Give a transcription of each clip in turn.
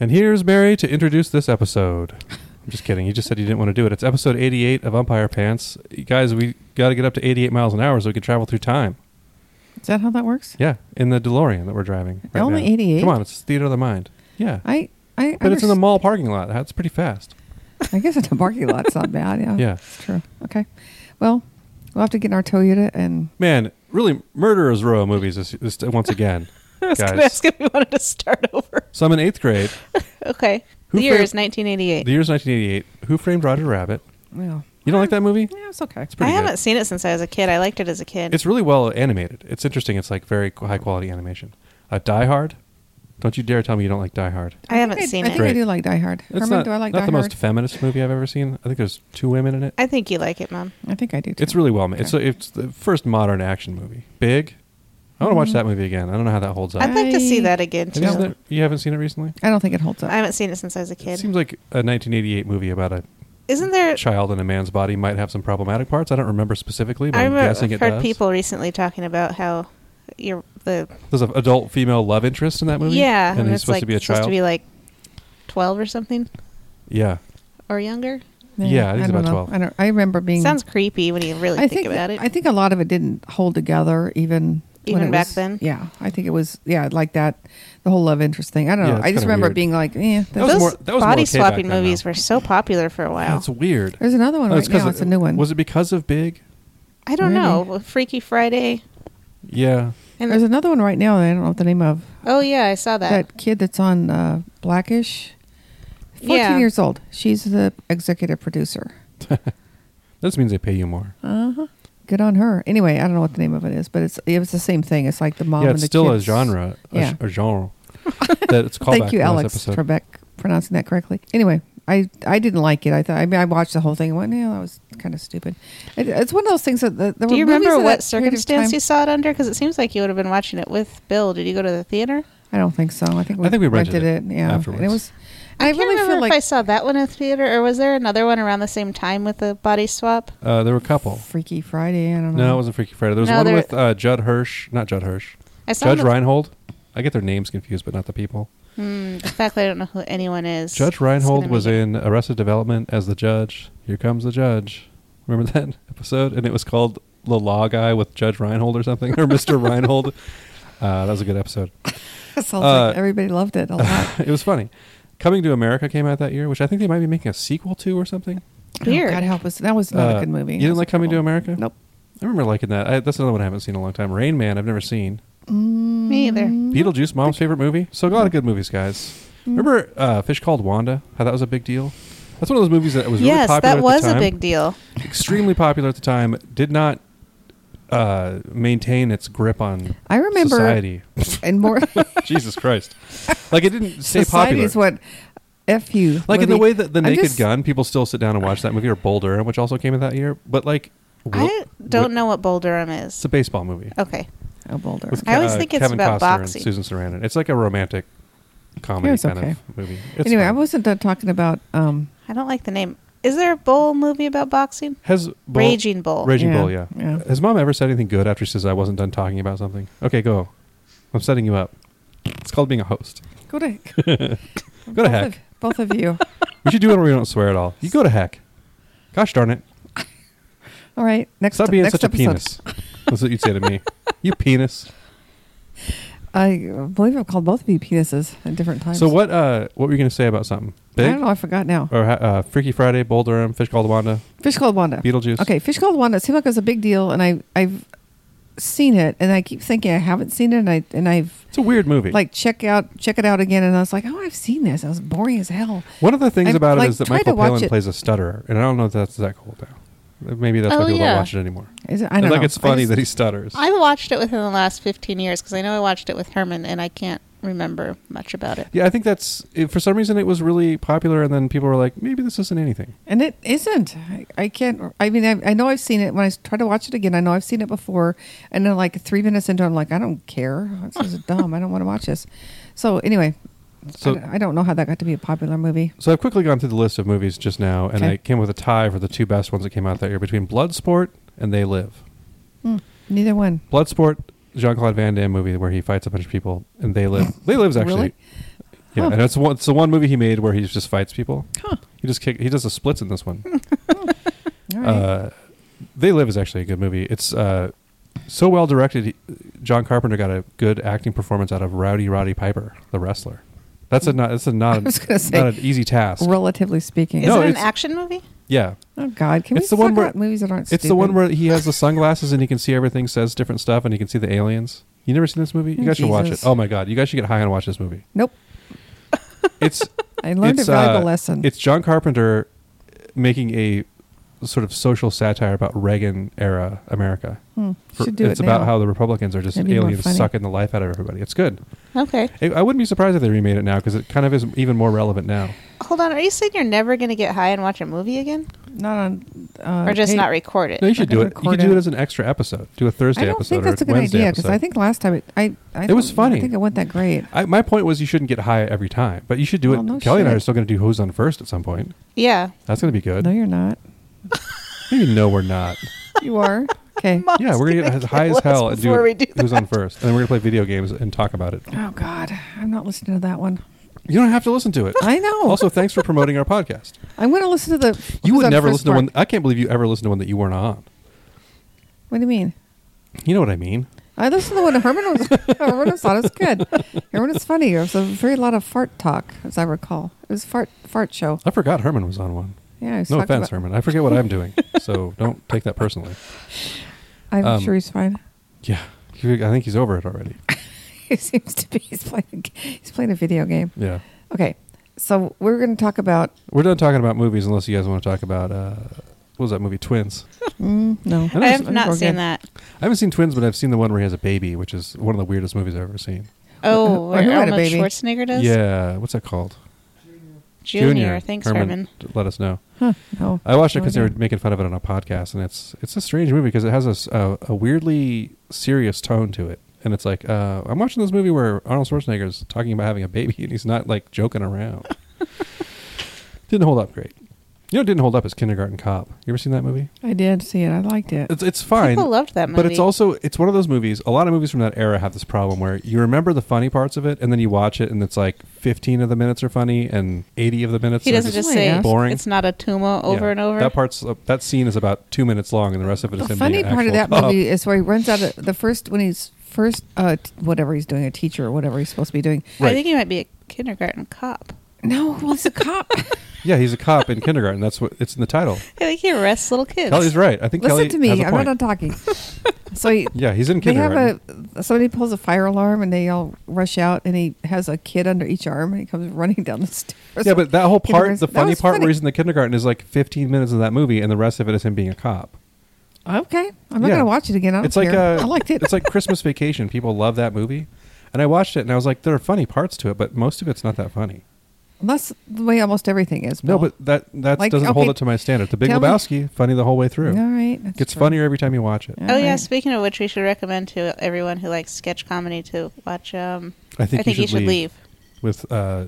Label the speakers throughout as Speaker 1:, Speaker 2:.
Speaker 1: And here's Barry to introduce this episode. I'm just kidding. You just said you didn't want to do it. It's episode 88 of Umpire Pants. You guys, we got to get up to 88 miles an hour so we can travel through time.
Speaker 2: Is that how that works?
Speaker 1: Yeah, in the DeLorean that we're driving. right
Speaker 2: Only
Speaker 1: now.
Speaker 2: 88?
Speaker 1: Come on, it's theater of the mind. Yeah.
Speaker 2: I I
Speaker 1: but it's in the
Speaker 2: underst-
Speaker 1: mall parking lot. That's pretty fast.
Speaker 2: I guess in the parking lot it's not bad. Yeah.
Speaker 1: Yeah.
Speaker 2: It's true. Okay. Well, we'll have to get in our Toyota and
Speaker 1: Man, really, murderers row of movies this, this, once again.
Speaker 3: I was going to
Speaker 1: Guys.
Speaker 3: ask if we wanted to start over.
Speaker 1: So I'm in eighth grade.
Speaker 3: Okay.
Speaker 1: Who
Speaker 3: the year
Speaker 1: fra-
Speaker 3: is 1988.
Speaker 1: The year's 1988. Who framed Roger Rabbit?
Speaker 2: well,
Speaker 1: You don't like that movie?
Speaker 2: Uh, yeah, it's okay.
Speaker 1: It's
Speaker 3: I
Speaker 1: pretty good.
Speaker 3: haven't seen it since I was a kid. I liked it as a kid.
Speaker 1: It's really well animated. It's interesting. It's like very qu- high quality animation. Uh, Die Hard. Don't you dare tell me you don't like Die Hard.
Speaker 3: I haven't
Speaker 2: think
Speaker 3: seen
Speaker 2: I
Speaker 3: it.
Speaker 2: think I
Speaker 1: Great.
Speaker 2: do like Die Hard.
Speaker 1: It's
Speaker 2: Herman,
Speaker 1: not,
Speaker 2: do I like
Speaker 1: not
Speaker 2: Die
Speaker 1: the
Speaker 2: Hard?
Speaker 1: most feminist movie I've ever seen. I think there's two women in it.
Speaker 3: I think you like it, Mom.
Speaker 2: I think I do. Too.
Speaker 1: It's really well made. It's, it's the first modern action movie. Big. I want to watch that movie again. Mm-hmm. I don't know how that holds up.
Speaker 3: I'd like to see
Speaker 2: I-
Speaker 3: that again,
Speaker 1: Have you seen
Speaker 3: too.
Speaker 1: it- you haven't seen it recently?
Speaker 2: I don't think it holds up.
Speaker 3: I haven't seen it since I was a
Speaker 1: It
Speaker 3: kid.
Speaker 1: seems like a 1988 movie about a
Speaker 3: Isn't there.
Speaker 1: child in a man's body might have some problematic parts. I don't remember specifically, but
Speaker 3: I
Speaker 1: am
Speaker 3: remember,
Speaker 1: guessing
Speaker 3: I've
Speaker 1: it
Speaker 3: heard
Speaker 1: does.
Speaker 3: people recently talking about how you're the.
Speaker 1: There's an adult female love interest in that movie.
Speaker 3: Yeah.
Speaker 1: and, he's
Speaker 3: it's
Speaker 1: supposed
Speaker 3: like,
Speaker 1: to be a
Speaker 3: supposed
Speaker 1: child.
Speaker 3: to be like 12 or something
Speaker 1: yeah,
Speaker 3: or younger.
Speaker 1: yeah, I think it's
Speaker 2: don't
Speaker 1: about
Speaker 2: know.
Speaker 1: 12.
Speaker 2: I don't. I remember being.
Speaker 3: Sounds creepy when you really
Speaker 2: I
Speaker 3: think, about it.
Speaker 2: I think a lot of it didn't hold together even. when
Speaker 3: Even
Speaker 2: it
Speaker 3: back
Speaker 2: was-
Speaker 3: then?
Speaker 2: yeah. I think it was yeah, like that, the whole love interest thing. I don't
Speaker 1: Yeah,
Speaker 2: know.
Speaker 1: it's
Speaker 2: I just
Speaker 1: kinda
Speaker 2: remember
Speaker 1: weird.
Speaker 2: being like, eh.
Speaker 1: That was
Speaker 3: Those
Speaker 1: more- that was more
Speaker 3: body
Speaker 1: okay back
Speaker 3: swapping
Speaker 1: then,
Speaker 3: movies
Speaker 1: though.
Speaker 3: were so popular for a while.
Speaker 1: That's weird.
Speaker 2: There's another one
Speaker 1: Oh,
Speaker 2: right
Speaker 1: 'cause
Speaker 2: now. It's a new one.
Speaker 1: Was it because of Big?
Speaker 3: I don't
Speaker 2: Really?
Speaker 3: know. Freaky Friday.
Speaker 1: Yeah,
Speaker 3: And
Speaker 2: There's another one right now. That I don't know what the name of
Speaker 3: oh yeah, I saw that.
Speaker 2: that kid that's on uh, Blackish. Fourteen
Speaker 3: Yeah.
Speaker 2: years old. She's the executive producer.
Speaker 1: this means they pay you more.
Speaker 3: Uh-huh.
Speaker 2: Good on her. Anyway, I don't know what the name of it is, but it's it was the same thing. It's like the mom.
Speaker 1: yeah,
Speaker 2: and
Speaker 1: it's
Speaker 2: the
Speaker 1: still
Speaker 2: kids.
Speaker 1: a genre, a,
Speaker 2: Yeah.
Speaker 1: yeah. a genre. that it's called
Speaker 2: Thank you, Alex
Speaker 1: Episode.
Speaker 2: Trebek, pronouncing that correctly. Anyway, I, I didn't like it. I thought I mean I watched the whole thing and went, yeah, that was kind of stupid. It, it's one of those things that the, there
Speaker 3: Do
Speaker 2: were
Speaker 3: you
Speaker 2: movies
Speaker 3: remember
Speaker 2: in
Speaker 3: what
Speaker 2: that period of
Speaker 3: circumstance
Speaker 2: time-
Speaker 3: you saw it under? Because it seems like you would have been watching it with Bill. Did you go to the theater?
Speaker 2: I don't think so. I think we,
Speaker 1: I think we rented it
Speaker 2: it. Yeah, and it
Speaker 1: afterwards.
Speaker 2: was. I,
Speaker 3: can't
Speaker 2: really
Speaker 3: remember
Speaker 2: feel like
Speaker 3: if I saw that one in the theater, or was there another one around the same time with the body swap?
Speaker 1: Uh, there were a couple.
Speaker 2: Freaky Friday. I don't know.
Speaker 1: No, it wasn't Freaky Friday. There was
Speaker 3: No,
Speaker 1: one
Speaker 3: there-
Speaker 1: with uh, Judd Hirsch, not Judd Hirsch,
Speaker 3: I saw
Speaker 1: Judge
Speaker 3: the,
Speaker 1: Reinhold. I get their names confused, but not the people.
Speaker 3: Hmm, the fact that I don't know who anyone is.
Speaker 1: Judge
Speaker 3: is
Speaker 1: Reinhold
Speaker 3: gonna
Speaker 1: was
Speaker 3: make it-
Speaker 1: in Arrested Development as the judge. Here comes the judge. Remember that episode? And it was called The Law Guy with Judge Reinhold or something, or Mr. Reinhold. Uh, that was a good episode.
Speaker 2: That sounds
Speaker 1: Uh,
Speaker 2: like everybody loved it a lot. Oh,
Speaker 1: it was funny. Coming to America came out that year, which I think they might be making a sequel to or something.
Speaker 3: Weird.
Speaker 2: Oh, God help us. That was not
Speaker 1: Uh,
Speaker 2: a good movie.
Speaker 1: You
Speaker 2: It
Speaker 1: didn't
Speaker 2: was
Speaker 1: like Coming to
Speaker 2: horrible.
Speaker 1: America?
Speaker 2: Nope.
Speaker 1: I remember liking that. I, that's another one I haven't seen in a long time. Rain Man, I've never seen.
Speaker 3: Mm. Me either.
Speaker 2: Mm.
Speaker 1: Beetlejuice, mom's favorite movie. So a lot of good movies, guys.
Speaker 3: Mm-hmm.
Speaker 1: Remember uh, Fish Called Wanda? How that was a big deal. That's one of those movies that was really
Speaker 3: yes,
Speaker 1: popular. at
Speaker 3: that
Speaker 1: the
Speaker 3: was a
Speaker 1: time.
Speaker 3: big deal.
Speaker 1: extremely popular at the time, did not uh, maintain its grip on
Speaker 2: I remember
Speaker 1: society.
Speaker 2: and more.
Speaker 1: Jesus Christ! Like it didn't stay
Speaker 2: society
Speaker 1: popular.
Speaker 2: is what f you.
Speaker 1: like in the
Speaker 2: movie.
Speaker 1: way that the
Speaker 2: I'm
Speaker 1: Naked
Speaker 2: just-
Speaker 1: Gun, people still sit down and watch that movie, or Bull Durham, which also came out that year. But like, Wil-
Speaker 3: I don't
Speaker 1: Wil-
Speaker 3: know what Bull Durham is.
Speaker 1: It's a baseball movie.
Speaker 3: Okay.
Speaker 2: Oh, Boulder.
Speaker 1: With
Speaker 3: I always
Speaker 1: Ke- uh,
Speaker 3: think it's
Speaker 1: Kevin
Speaker 3: about
Speaker 1: Costner
Speaker 3: boxing.
Speaker 1: And Susan Sarandon. It's like a romantic comedy
Speaker 2: Yours
Speaker 1: kind
Speaker 2: okay.
Speaker 1: of movie. It's
Speaker 2: anyway, I
Speaker 1: fun.
Speaker 2: wasn't done talking about. Um,
Speaker 3: I don't like the name. Is there a Bull movie about boxing?
Speaker 1: Has Bull,
Speaker 3: Raging Bull.
Speaker 1: Raging
Speaker 2: Yeah,
Speaker 1: Bull, yeah.
Speaker 2: yeah.
Speaker 1: Has mom ever said anything good after she says I wasn't done talking about something? Okay, go. I'm setting you up. It's called being a host.
Speaker 2: go to
Speaker 1: Go to heck.
Speaker 2: both of you.
Speaker 1: We should do it where we don't swear at all. You go to heck. Gosh darn it.
Speaker 2: All right, next.
Speaker 1: Stop being
Speaker 2: next
Speaker 1: such a
Speaker 2: episode.
Speaker 1: penis. That's what you'd say to me. You penis.
Speaker 2: I believe I've called both of you penises at different times.
Speaker 1: So what uh what were you gonna say about something? Big?
Speaker 2: I don't know. I forgot now.
Speaker 1: Or ha- uh, Freaky Friday, Bull Durham, Fish Called Wanda,
Speaker 2: Fish called Wanda.
Speaker 1: Beetlejuice.
Speaker 2: Okay, Fish called Wanda. It seemed like it was a big deal, and I I've seen it, and I keep thinking I haven't seen it, and I and I've
Speaker 1: It's a weird movie.
Speaker 2: like check out check it out again, and I was like, oh, I've seen this. I was boring as hell.
Speaker 1: One of the things
Speaker 2: I've,
Speaker 1: about
Speaker 2: like,
Speaker 1: it is that
Speaker 2: tried to
Speaker 1: Michael
Speaker 2: watch
Speaker 1: Palin
Speaker 2: it.
Speaker 1: plays a stutterer, and I don't know if that's that cool now. Maybe that's why
Speaker 3: Oh,
Speaker 1: people
Speaker 3: yeah.
Speaker 1: don't watch it anymore.
Speaker 2: Is it? I don't
Speaker 1: like
Speaker 2: know.
Speaker 1: it's funny
Speaker 2: I just-
Speaker 1: that he stutters.
Speaker 3: I watched it within the last 15 years because I know I watched it with Herman and I can't remember much about it.
Speaker 1: yeah, I think that's it, for some reason it was really popular, and then people were like, maybe this isn't anything.
Speaker 2: And it isn't. I, I can't. I mean, I, I know I've seen it. When I try to watch it again, I know I've seen it before. And then, like three minutes into, it, I'm like, I don't care. This is dumb. I don't want to watch this. So anyway,
Speaker 1: So-
Speaker 2: I, don't, I don't know how that got to be a popular movie.
Speaker 1: So I've quickly gone through the list of movies just now, and
Speaker 2: Okay.
Speaker 1: I came with a tie for the two best ones that came out that year between Bloodsport and They Live.
Speaker 2: Hmm, Neither one.
Speaker 1: Bloodsport, Jean Claude Van Damme movie where he fights a bunch of people, and They Live. they Live's actually
Speaker 2: Really?
Speaker 1: Yeah,
Speaker 2: Huh.
Speaker 1: and it's one, it's the one movie he made where he just fights people.
Speaker 3: Huh.
Speaker 1: He just kick, he does the splits in this one.
Speaker 2: Hmm. All right.
Speaker 1: uh, they Live is actually a good movie. It's uh, so well directed. he- John Carpenter got a good acting performance out of Rowdy Roddy Piper, the wrestler. That's a not. That's a not.
Speaker 2: I was gonna say-
Speaker 1: not an easy task.
Speaker 2: Relatively speaking.
Speaker 3: Is
Speaker 1: No,
Speaker 3: it an
Speaker 1: it's-
Speaker 3: action movie?
Speaker 1: yeah,
Speaker 2: oh God, can
Speaker 1: it's
Speaker 2: we
Speaker 1: the one
Speaker 2: talk
Speaker 1: where-
Speaker 2: about movies that aren't?
Speaker 1: it's the one where he has the sunglasses and he can see everything, says different stuff, and he can see the aliens. You never seen this movie? You
Speaker 2: Oh,
Speaker 1: guys should watch it.
Speaker 2: Jesus.
Speaker 1: Oh my god, you guys should get high and watch this movie.
Speaker 2: Nope.
Speaker 1: It's
Speaker 2: I learned
Speaker 1: it's,
Speaker 2: a valuable
Speaker 1: uh,
Speaker 2: lesson.
Speaker 1: It's John Carpenter making a sort of social satire about Reagan era America.
Speaker 2: Hmm,
Speaker 1: For-
Speaker 2: should do
Speaker 1: it's
Speaker 2: it
Speaker 1: about
Speaker 2: now.
Speaker 1: how the Republicans are just
Speaker 2: That'd be more
Speaker 1: aliens
Speaker 2: funny.
Speaker 1: sucking the life out of everybody. It's good.
Speaker 3: Okay.
Speaker 1: I, I wouldn't be surprised if they remade it now because it kind of is even more relevant now.
Speaker 2: Uh,
Speaker 3: Hold on. Are you saying you're never going to get high and watch a movie again,
Speaker 2: not on. Uh,
Speaker 3: or just
Speaker 2: hey,
Speaker 3: not record it?
Speaker 1: No, you should
Speaker 2: Okay,
Speaker 1: do it. You
Speaker 2: record
Speaker 1: could do
Speaker 2: it.
Speaker 1: it as an extra episode. Do a Thursday
Speaker 2: I don't
Speaker 1: episode
Speaker 2: think that's
Speaker 1: or
Speaker 2: a good
Speaker 1: Wednesday
Speaker 2: idea
Speaker 1: episode.
Speaker 2: because I think last time it, I, I
Speaker 1: It was
Speaker 2: don't-
Speaker 1: funny.
Speaker 2: I think it went that great.
Speaker 1: I, my point was you shouldn't get high every time, but you should do it.
Speaker 2: Well, no
Speaker 1: Kelly and I
Speaker 2: shit.
Speaker 1: are still going to do Who's on First at some point.
Speaker 3: Yeah.
Speaker 1: That's going to be good.
Speaker 2: No, you're not.
Speaker 1: Maybe no, we're not.
Speaker 2: You are. Okay.
Speaker 3: Mom's
Speaker 1: yeah, we're going to get as high as
Speaker 3: kill us
Speaker 1: hell and do,
Speaker 3: before we
Speaker 1: it.
Speaker 3: do
Speaker 1: Who's on
Speaker 3: that.
Speaker 1: First, and then we're going to play video games and talk about it.
Speaker 2: Oh God, I'm not listening to that one.
Speaker 1: You don't have to listen to it.
Speaker 2: I know.
Speaker 1: Also, thanks for promoting our podcast.
Speaker 2: I'm going to listen to the.
Speaker 1: You
Speaker 2: who's
Speaker 1: would
Speaker 2: on
Speaker 1: never listen
Speaker 2: first
Speaker 1: to
Speaker 2: part.
Speaker 1: one. I can't believe you ever listened to one that you weren't on.
Speaker 2: What do you mean?
Speaker 1: You know what I mean?
Speaker 2: I listened to one Herman was. Herman was thought it was good. Herman was funny. It was a very lot of fart talk, as I recall. It was fart fart show.
Speaker 1: I forgot Herman was on one.
Speaker 2: Yeah. He's
Speaker 1: No offense, Herman. I forget what I'm doing, so don't take that personally.
Speaker 2: I'm
Speaker 1: Um,
Speaker 2: sure he's fine.
Speaker 1: Yeah, He- I think he's over it already.
Speaker 2: He seems to be. He's playing. He's playing a video game.
Speaker 1: Yeah,
Speaker 2: Okay. So we're going to talk about.
Speaker 1: we're done talking about movies unless you guys want to talk about uh, what was that movie Twins?
Speaker 2: Mm, no,
Speaker 1: I
Speaker 3: I have not
Speaker 2: We're
Speaker 3: seen
Speaker 2: good.
Speaker 3: that.
Speaker 1: I haven't seen Twins, but I've seen the one where he has a baby, which is one of the weirdest movies I've ever seen.
Speaker 3: Oh,
Speaker 2: Or who
Speaker 3: where
Speaker 2: had a
Speaker 3: Arnold
Speaker 2: baby?
Speaker 3: Schwarzenegger does.
Speaker 1: Yeah, what's that called?
Speaker 3: Junior. Thanks, Herman.
Speaker 1: d- Let us know.
Speaker 2: Huh, no.
Speaker 1: I watched it
Speaker 2: No
Speaker 1: because they were
Speaker 2: idea.
Speaker 1: making fun of it on a podcast, and it's it's a strange movie because it has a s- a, a weirdly serious tone to it, and it's like uh, I'm watching this movie where Arnold Schwarzenegger's talking about having a baby, and he's not like joking around. didn't hold up great. You know, what didn't hold up is Kindergarten Cop. You ever seen that movie?
Speaker 2: I did see it. I liked it.
Speaker 1: It's it's fine.
Speaker 3: People loved that movie.
Speaker 1: But it's also it's one of those movies. A lot of movies from that era have this problem where you remember the funny parts of it, and then you watch it, and it's like 15 of the minutes are funny, and 80 of the minutes.
Speaker 3: he
Speaker 1: are
Speaker 3: doesn't just
Speaker 2: Really
Speaker 3: say
Speaker 2: ask.
Speaker 1: boring.
Speaker 3: It's not a tumor over
Speaker 1: Yeah.
Speaker 3: and over.
Speaker 1: That part's uh, that scene is about two minutes long, and the rest of it is
Speaker 2: The
Speaker 1: him
Speaker 2: funny
Speaker 1: being an
Speaker 2: part of that
Speaker 1: actual cop.
Speaker 2: movie is where he runs out of the first when he's first uh t- whatever he's doing a teacher or whatever he's supposed to be doing.
Speaker 1: Right.
Speaker 3: I think he might be a kindergarten cop.
Speaker 2: No, well, he's a cop.
Speaker 1: Yeah, he's a cop in kindergarten. That's what it's in the title.
Speaker 3: I think he arrests little kids.
Speaker 1: Kelly's right. I think
Speaker 2: Listen
Speaker 1: Kelly
Speaker 2: to me.
Speaker 1: has a
Speaker 2: I'm
Speaker 1: point.
Speaker 2: not done talking. So he,
Speaker 1: yeah, he's in
Speaker 2: they have
Speaker 1: kindergarten.
Speaker 2: a somebody pulls a fire alarm and they all rush out and he has a kid under each arm and he comes running down the stairs.
Speaker 1: yeah, but that whole part,
Speaker 2: Kindergarten-
Speaker 1: the
Speaker 2: that
Speaker 1: funny
Speaker 2: was
Speaker 1: part where
Speaker 2: funny.
Speaker 1: he's in the kindergarten is like 15 minutes of that movie, and the rest of it is him being a cop.
Speaker 2: okay, I'm not
Speaker 1: Yeah.
Speaker 2: gonna watch it again. I don't
Speaker 1: It's like
Speaker 2: care.
Speaker 1: uh,
Speaker 2: I liked it.
Speaker 1: It's like Christmas Vacation. People love that movie, and I watched it, and I was like, there are funny parts to it, but most of it's not that funny.
Speaker 2: That's the way almost everything is.
Speaker 1: No,
Speaker 2: Bill.
Speaker 1: but that that
Speaker 2: Like,
Speaker 1: doesn't hold
Speaker 2: okay,
Speaker 1: up to my standard. The Big
Speaker 2: tell me-
Speaker 1: Lebowski, funny the whole way through.
Speaker 2: all right, that's
Speaker 1: Gets
Speaker 2: true.
Speaker 1: funnier every time you watch it.
Speaker 2: Yeah.
Speaker 3: Oh yeah!
Speaker 2: Alright.
Speaker 3: Speaking of which, we should recommend to everyone who likes sketch comedy to watch. Um,
Speaker 1: I think, you, should
Speaker 3: leave.
Speaker 1: with uh,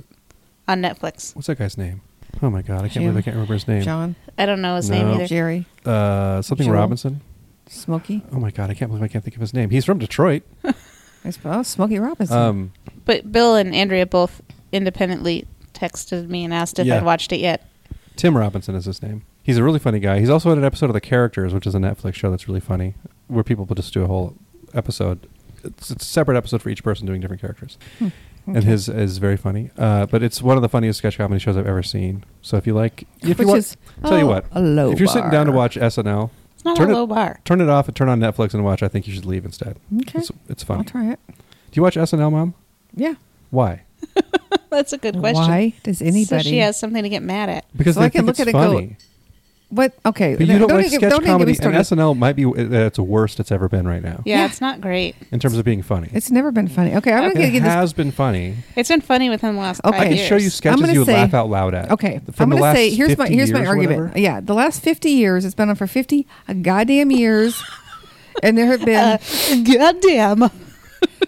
Speaker 3: on Netflix.
Speaker 1: what's that guy's name? Oh my god, I can't
Speaker 2: Jim.
Speaker 1: believe I can't remember his name.
Speaker 2: John,
Speaker 3: I don't know his
Speaker 1: No.
Speaker 3: name either.
Speaker 2: Jerry,
Speaker 1: Uh, something
Speaker 2: Joel.
Speaker 1: Robinson.
Speaker 2: Smokey.
Speaker 1: Oh my god, I can't believe I can't think of his name. He's from Detroit.
Speaker 2: I suppose oh, Smokey Robinson.
Speaker 1: Um,
Speaker 3: But Bill and Andrea both independently texted me and asked if
Speaker 1: Yeah.
Speaker 3: I'd watched it yet.
Speaker 1: Tim Robinson is his name. He's a really funny guy. He's also in an episode of The Characters, which is a Netflix show that's really funny, where people will just do a whole episode. It's, it's a separate episode for each person doing different characters. And
Speaker 2: Hmm. Okay.
Speaker 1: his is very funny. Uh, but it's one of the funniest sketch comedy shows I've ever seen. So if you like, if you
Speaker 2: Which
Speaker 1: want,
Speaker 2: is,
Speaker 1: tell you
Speaker 2: oh,
Speaker 1: what,
Speaker 2: a low
Speaker 1: if you're sitting down to
Speaker 2: bar.
Speaker 1: watch SNL,
Speaker 3: It's not
Speaker 1: Turn
Speaker 3: a
Speaker 1: it-
Speaker 3: low bar.
Speaker 1: turn it off and turn on Netflix and watch. I think you should leave instead.
Speaker 2: Okay.
Speaker 1: It's, it's funny.
Speaker 2: I'll try it.
Speaker 1: Do you watch SNL, Mom?
Speaker 2: Yeah.
Speaker 1: Why?
Speaker 3: That's a good question.
Speaker 2: Why does anybody?
Speaker 3: So she has something to get mad at.
Speaker 1: Because
Speaker 2: So
Speaker 1: they
Speaker 2: I can
Speaker 1: think
Speaker 2: look
Speaker 1: it's
Speaker 2: at it and go,
Speaker 1: funny.
Speaker 2: What? Okay.
Speaker 1: but you don't, like
Speaker 2: even-
Speaker 1: sketch
Speaker 2: don't even get me
Speaker 1: comedy, and
Speaker 2: started.
Speaker 1: SNL might be at its worst it's ever been right now
Speaker 3: Yeah,
Speaker 2: Yeah.
Speaker 3: it's not great.
Speaker 1: in terms of being funny.
Speaker 2: It's never been funny. Okay, I'm
Speaker 1: it
Speaker 2: not gonna get this.
Speaker 1: has been funny.
Speaker 3: It's been funny within the last
Speaker 2: Okay.
Speaker 3: five
Speaker 1: I can
Speaker 3: years.
Speaker 1: show you sketches
Speaker 2: gonna
Speaker 1: you would
Speaker 2: say-
Speaker 1: laugh out loud at.
Speaker 2: Okay,
Speaker 1: From the
Speaker 2: I'm
Speaker 1: last
Speaker 2: gonna say here's my
Speaker 1: 50
Speaker 2: here's my
Speaker 1: years or
Speaker 2: argument.
Speaker 1: whatever.
Speaker 2: Yeah, the last 50 years, it's been on for 50 goddamn years, and there have been.
Speaker 3: Uh, Goddamn.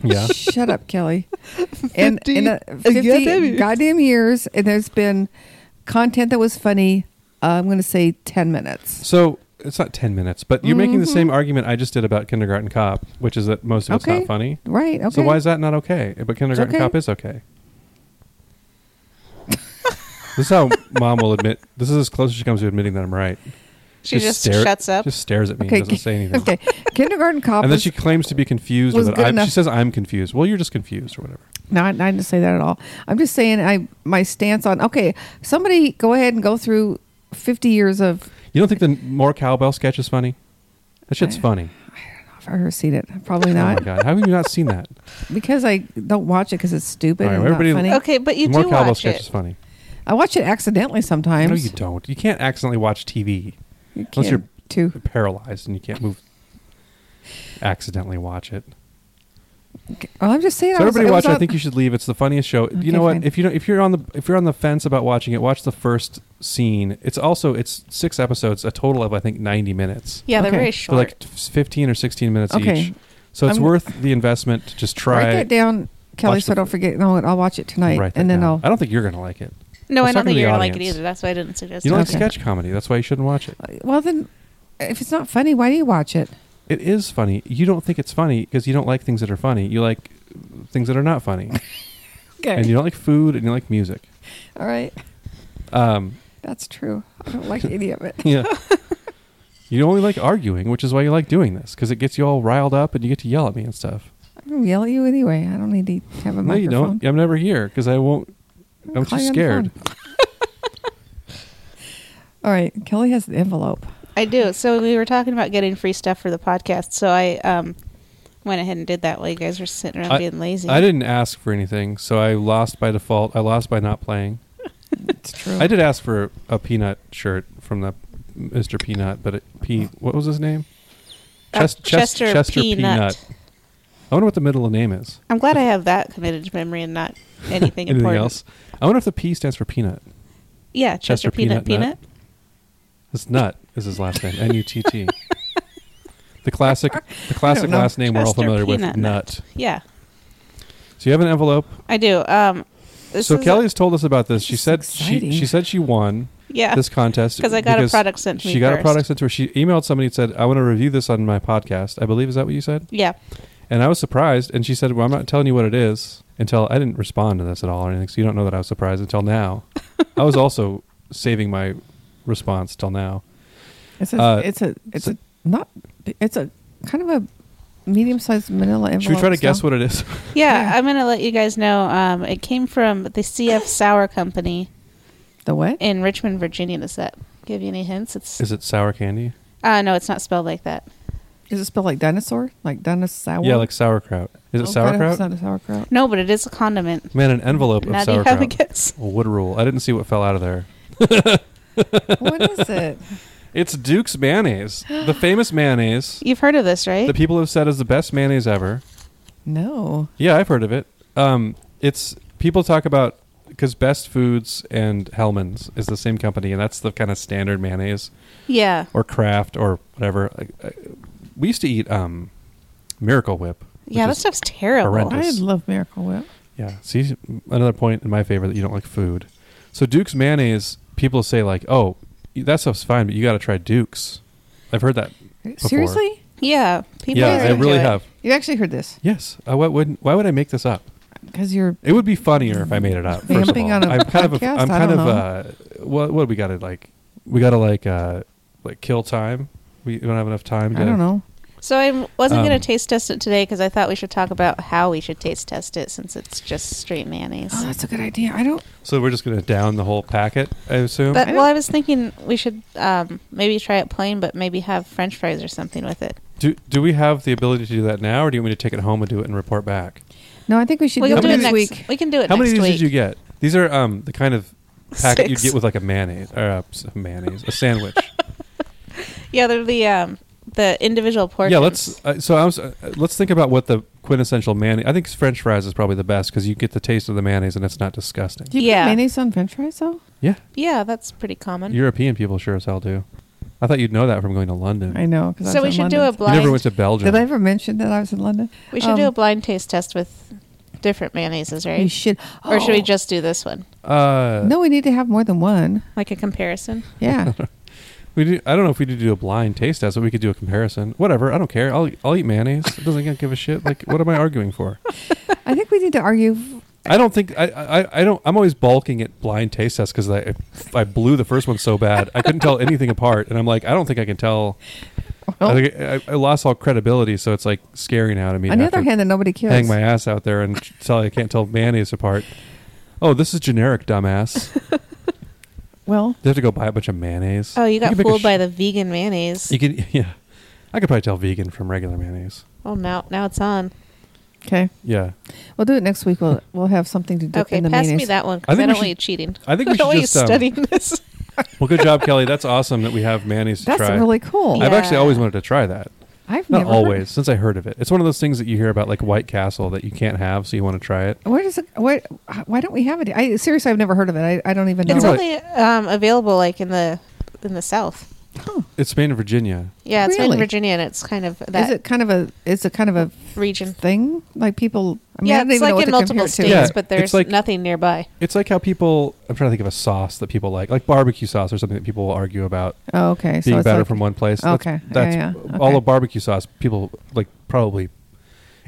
Speaker 1: Yeah.
Speaker 2: Shut up, Kelly. And
Speaker 3: 50
Speaker 2: in uh,
Speaker 3: goddamn
Speaker 2: 50
Speaker 3: years.
Speaker 2: goddamn years, and there's been content that was funny. Uh, I'm going to say 10 minutes.
Speaker 1: So it's not 10 minutes, but you're making
Speaker 2: Mm-hmm.
Speaker 1: the same argument I just did about Kindergarten Cop, which is that most of it's
Speaker 2: okay.
Speaker 1: not funny.
Speaker 2: Right. Okay.
Speaker 1: So why is that not okay? But Kindergarten
Speaker 2: okay.
Speaker 1: Cop is okay. This is how mom will admit. This is as close as she comes to admitting that I'm right.
Speaker 3: She just,
Speaker 1: stare-
Speaker 3: shuts up.
Speaker 1: Just stares at me
Speaker 2: Okay,
Speaker 1: and doesn't say anything.
Speaker 2: okay, kindergarten cop.
Speaker 1: And then
Speaker 2: was-
Speaker 1: she claims to be confused. Or
Speaker 2: was
Speaker 1: that
Speaker 2: good
Speaker 1: I'm, she
Speaker 2: enough.
Speaker 1: says, "I'm confused." Well, you're just confused or whatever.
Speaker 2: No, I, I didn't say that at all. I'm just saying I my stance on okay, somebody go ahead and go through 50 years of
Speaker 1: You don't think the more cowbell sketch is funny? That shit's funny.
Speaker 2: I've ever seen it. Probably
Speaker 1: Oh my
Speaker 2: not
Speaker 1: god! How have you not seen that?
Speaker 2: because I don't watch it because it's stupid
Speaker 1: All right,
Speaker 2: and
Speaker 1: everybody-
Speaker 2: not funny.
Speaker 3: okay, but you
Speaker 1: the more
Speaker 3: do
Speaker 1: cowbell
Speaker 3: watch
Speaker 1: sketch
Speaker 3: it.
Speaker 1: is funny.
Speaker 2: I watch it accidentally sometimes.
Speaker 1: No, you don't. You can't accidentally watch TV
Speaker 2: You
Speaker 1: unless you're
Speaker 2: can't too.
Speaker 1: paralyzed and you can't move. Accidentally watch it.
Speaker 2: Well, I'm just saying.
Speaker 1: So
Speaker 2: I was,
Speaker 1: everybody
Speaker 2: it
Speaker 1: watch.
Speaker 2: was
Speaker 1: it. I
Speaker 2: on-
Speaker 1: think you should leave. It's the funniest show.
Speaker 2: Okay,
Speaker 1: you know what?
Speaker 2: fine.
Speaker 1: If you don't, if you're on the if you're on the fence about watching it, watch the first scene. It's also it's six episodes, a total of I think ninety minutes.
Speaker 3: Yeah, they're
Speaker 2: Okay.
Speaker 3: very
Speaker 1: So
Speaker 3: short.
Speaker 1: like t- fifteen or sixteen minutes
Speaker 2: Okay.
Speaker 1: each. So it's
Speaker 2: I'm-
Speaker 1: worth the investment to just try.
Speaker 2: write that down, Kelly,
Speaker 1: Watch
Speaker 2: so
Speaker 1: the-
Speaker 2: I don't forget. No, I'll watch it tonight,
Speaker 1: write that
Speaker 2: and then
Speaker 1: down. I
Speaker 2: I'll.
Speaker 1: don't think you're gonna like it.
Speaker 3: no,
Speaker 1: Let's
Speaker 3: I
Speaker 1: talk to
Speaker 3: don't think
Speaker 1: the
Speaker 3: you're gonna like it
Speaker 1: audience.
Speaker 3: either. That's why I didn't suggest.
Speaker 1: You don't
Speaker 3: it.
Speaker 1: like sketch comedy. That's why you shouldn't watch it.
Speaker 2: Well, then, if it's not funny, why do you watch it?
Speaker 1: It is funny. You don't think it's funny because you don't like things that are funny. You like things that are not funny,
Speaker 2: Okay.
Speaker 1: and you don't like food, and you like music.
Speaker 2: All right,
Speaker 1: Um,
Speaker 2: that's true. I don't like any of it.
Speaker 1: yeah. You only like arguing, which is why you like doing this, because it gets you all riled up and you get to yell at me and stuff.
Speaker 2: I'm gonna yell at you anyway. I don't need to have a
Speaker 1: No,
Speaker 2: microphone.
Speaker 1: you don't. I'm never here because I won't. I'm too
Speaker 2: Call you on the
Speaker 1: scared.
Speaker 2: phone. All right, Kelly has the envelope.
Speaker 3: I do. So we were talking about getting free stuff for the podcast. So I um, went ahead and did that while you guys were sitting around
Speaker 1: I-
Speaker 3: being lazy.
Speaker 1: I didn't ask for anything, so I lost by default. I lost by not playing.
Speaker 2: It's true.
Speaker 1: I did ask for a peanut shirt from the Mr. Peanut, but it, P. What was his name?
Speaker 3: Uh,
Speaker 1: Chest- Chest-
Speaker 3: Chester Peanut.
Speaker 1: I wonder what the middle name is.
Speaker 3: I'm glad I have that committed to memory and not anything,
Speaker 1: Anything
Speaker 3: important.
Speaker 1: else? I wonder if the P stands for peanut.
Speaker 3: Yeah, Chester,
Speaker 1: Chester
Speaker 3: Peanut.
Speaker 1: Peanut
Speaker 3: Peanut.
Speaker 1: It's Nut is his last name. N U T T. The classic, the classic
Speaker 2: know.
Speaker 1: last name we're all
Speaker 3: Chester
Speaker 1: familiar with.
Speaker 3: Peanut
Speaker 1: Nut.
Speaker 3: Nut. Yeah,
Speaker 1: So you have an envelope.
Speaker 3: I do. Um, this
Speaker 1: so
Speaker 3: is-
Speaker 1: Kelly has told us about this. She
Speaker 2: This is
Speaker 1: said
Speaker 2: exciting.
Speaker 1: she she said she won
Speaker 3: yeah,
Speaker 1: this contest
Speaker 3: 'Cause I got a
Speaker 1: because
Speaker 3: product sent to
Speaker 1: She
Speaker 3: me
Speaker 1: got a
Speaker 3: first.
Speaker 1: product sent to her. She emailed somebody and said, "I want to review this on my podcast." I believe is that what you said?
Speaker 3: yeah.
Speaker 1: And I was surprised. And she said, "Well, I'm not telling you what it is until I didn't respond to this at all or anything. So you don't know that I was surprised until now. I was also saving my response till now.
Speaker 2: It's a,
Speaker 1: uh,
Speaker 2: it's a, it's
Speaker 1: so-
Speaker 2: a not, it's a kind of a medium-sized Manila envelope.
Speaker 1: Should we try to guess
Speaker 2: so-
Speaker 1: what it is?
Speaker 3: Yeah,
Speaker 2: Yeah.
Speaker 3: I'm going to let you guys know. Um, it came from the CF Sour Company
Speaker 2: the what?
Speaker 3: in Richmond, Virginia. Does that give you any hints? It's
Speaker 1: is it sour candy?
Speaker 3: uh, no, it's not spelled like that.
Speaker 2: Is it spelled like dinosaur? Like dinosaur?
Speaker 1: Yeah, like sauerkraut. Is it
Speaker 2: Oh, God,
Speaker 1: sauerkraut?
Speaker 2: It's not a sauerkraut.
Speaker 3: No, but it is a condiment.
Speaker 1: Man, an envelope of
Speaker 3: Now do you have a
Speaker 1: sauerkraut.
Speaker 3: guess?
Speaker 1: A wood rule. I didn't see what fell out of there.
Speaker 2: what is it?
Speaker 1: It's Duke's mayonnaise, the famous mayonnaise
Speaker 3: You've heard of this, right?
Speaker 1: that people have said is the best mayonnaise ever.
Speaker 2: No.
Speaker 1: Yeah, I've heard of it. Um, it's people talk about because Best Foods and Hellman's is the same company, and that's the kind of standard mayonnaise
Speaker 3: yeah.
Speaker 1: or Kraft or whatever. Like, I, we used to eat um, Miracle Whip. which
Speaker 3: Yeah, that
Speaker 1: is-
Speaker 3: stuff's terrible.
Speaker 1: horrendous.
Speaker 2: I
Speaker 1: This-
Speaker 2: love Miracle Whip.
Speaker 1: Yeah. See, another point in my favor that you don't like food. So Duke's mayonnaise, people say like, "Oh, that stuff's fine, but you got to try Duke's." I've heard that. Before.
Speaker 2: Seriously?
Speaker 3: Yeah, people.
Speaker 1: yeah,
Speaker 3: are
Speaker 1: I
Speaker 3: into
Speaker 1: really
Speaker 3: it.
Speaker 1: have.
Speaker 2: You actually heard this
Speaker 1: Yes. I, why would Why would I make this up?
Speaker 2: because you're
Speaker 1: It would be funnier if I made it up. First of
Speaker 2: Vamping
Speaker 1: all,
Speaker 2: on a
Speaker 1: I'm kind of.
Speaker 2: podcast?
Speaker 1: I'm
Speaker 2: I
Speaker 1: kind of.
Speaker 2: don't
Speaker 1: Uh, what What do we got to like? We got to like uh, like kill time. We don't have enough time. To,
Speaker 2: I don't know.
Speaker 3: So I wasn't
Speaker 1: Um,
Speaker 3: going to taste test it today because I thought we should talk about how we should taste test it since it's just straight mayonnaise.
Speaker 2: Oh, that's a good idea. I don't.
Speaker 1: So we're just gonna down the whole packet. I assume.
Speaker 3: But
Speaker 2: I
Speaker 3: well, I
Speaker 2: don't-
Speaker 3: was thinking we should um, maybe try it plain, but maybe have French fries or something with it.
Speaker 1: do Do we have the ability to do that now, or do you want me to take it home and do it and report back?
Speaker 2: No, I think we should
Speaker 3: We
Speaker 2: do
Speaker 3: can
Speaker 2: it
Speaker 3: do it
Speaker 2: next
Speaker 3: next
Speaker 2: week.
Speaker 3: We can do it
Speaker 1: How many
Speaker 3: next
Speaker 1: of these
Speaker 3: week.
Speaker 1: did you get? These are um, the kind of packet you'd
Speaker 3: Six.
Speaker 1: get with like a mayonnaise or a s- mayonnaise, a sandwich.
Speaker 3: Yeah, they're the um, the individual portions.
Speaker 1: yeah, let's. Uh, so I was, uh, uh, let's think about what the quintessential mayonnaise. I think French fries is probably the best because you get the taste of the mayonnaise and it's not disgusting.
Speaker 2: Do you
Speaker 3: Yeah.
Speaker 2: put mayonnaise on French fries though?
Speaker 1: Yeah,
Speaker 3: Yeah, that's pretty common.
Speaker 1: European people sure as hell do. I thought you'd know that from going to London.
Speaker 2: I know. 'cause I
Speaker 3: so
Speaker 2: was
Speaker 3: we
Speaker 2: in
Speaker 3: should
Speaker 2: London.
Speaker 3: do a
Speaker 1: You never went
Speaker 3: blind.
Speaker 1: to Belgium.
Speaker 2: Did I ever mention that I was in London?
Speaker 3: We should do a
Speaker 2: Um,
Speaker 3: blind taste test with different mayonnaises,
Speaker 2: We
Speaker 3: right?
Speaker 2: should.
Speaker 3: Or should we
Speaker 2: Oh.
Speaker 3: just do this one,
Speaker 1: uh,
Speaker 2: No, we need to have more than one.
Speaker 3: like a comparison?
Speaker 2: Yeah.
Speaker 1: we do, I don't know if we did do a blind taste test, but we could do a comparison. Whatever, I don't care. I'll I'll eat mayonnaise. It doesn't give a shit. Like, what am I arguing for?
Speaker 2: I think we need to argue f-
Speaker 1: I don't think I, I I don't. I'm always balking at blind taste tests because I I blew the first one so bad I couldn't tell anything apart, and I'm like I don't think I can tell. I,
Speaker 2: Well,
Speaker 1: think I, I lost all credibility, so it's like scary now to me.
Speaker 2: on
Speaker 1: to
Speaker 2: the
Speaker 1: have
Speaker 2: other
Speaker 1: to
Speaker 2: hand, that nobody cares.
Speaker 1: hang my ass out there and tell I can't tell mayonnaise apart. Oh, this is generic, dumbass.
Speaker 2: well,
Speaker 1: They have to go buy a bunch of mayonnaise.
Speaker 3: Oh, you got
Speaker 1: can make a
Speaker 3: fooled
Speaker 1: sh-
Speaker 3: by the vegan mayonnaise.
Speaker 1: You can yeah. I could probably tell vegan from regular mayonnaise.
Speaker 3: well, Oh, now now it's on.
Speaker 2: okay.
Speaker 1: Yeah.
Speaker 2: We'll do it next week. We'll we'll have something to dip
Speaker 3: Okay,
Speaker 2: in the
Speaker 3: pass me
Speaker 2: mayonnaise.
Speaker 3: that one
Speaker 1: I
Speaker 3: because I,
Speaker 1: think we
Speaker 3: don't
Speaker 1: should-
Speaker 3: want you cheating.
Speaker 1: I think
Speaker 3: I
Speaker 1: we should
Speaker 3: don't want you
Speaker 1: just um,
Speaker 3: studying this.
Speaker 1: Well, good job, Kelly. That's awesome that we have mayonnaise to
Speaker 2: That's
Speaker 1: try.
Speaker 2: really cool.
Speaker 3: Yeah.
Speaker 1: I've actually always wanted to try that.
Speaker 2: I've
Speaker 1: Not
Speaker 2: never heard-
Speaker 1: always, since I heard of it. It's one of those things that you hear about, like White Castle, that you can't have, so you want to try it.
Speaker 2: Where does it? Where, why don't we have it? I seriously, I've never heard of it. I, I don't even know.
Speaker 3: It's
Speaker 1: No.
Speaker 3: only um, available like in the in the South.
Speaker 2: Huh.
Speaker 1: It's made in Virginia.
Speaker 3: Yeah, it's made
Speaker 2: Really?
Speaker 3: in Virginia, and it's kind of
Speaker 2: Is
Speaker 3: that
Speaker 2: it kind of a? Is it kind of a
Speaker 3: region.
Speaker 2: thing? Like people? I mean, I
Speaker 3: yeah,
Speaker 2: don't
Speaker 3: it's
Speaker 2: even know
Speaker 3: like
Speaker 2: what
Speaker 3: in
Speaker 2: to compare
Speaker 3: multiple
Speaker 2: it
Speaker 3: states,
Speaker 2: To.
Speaker 1: Yeah,
Speaker 3: but
Speaker 1: it's
Speaker 3: there's
Speaker 1: like-
Speaker 3: nothing nearby.
Speaker 1: It's like how people, I'm trying to think of a sauce that people like, like barbecue sauce or something that people will argue about
Speaker 2: Oh, okay. So
Speaker 1: being
Speaker 2: it's
Speaker 1: better
Speaker 2: like-
Speaker 1: from one place.
Speaker 2: Okay. Yeah,
Speaker 1: That's, that's
Speaker 2: yeah.
Speaker 1: all
Speaker 2: Okay.
Speaker 1: of barbecue sauce. People, like, probably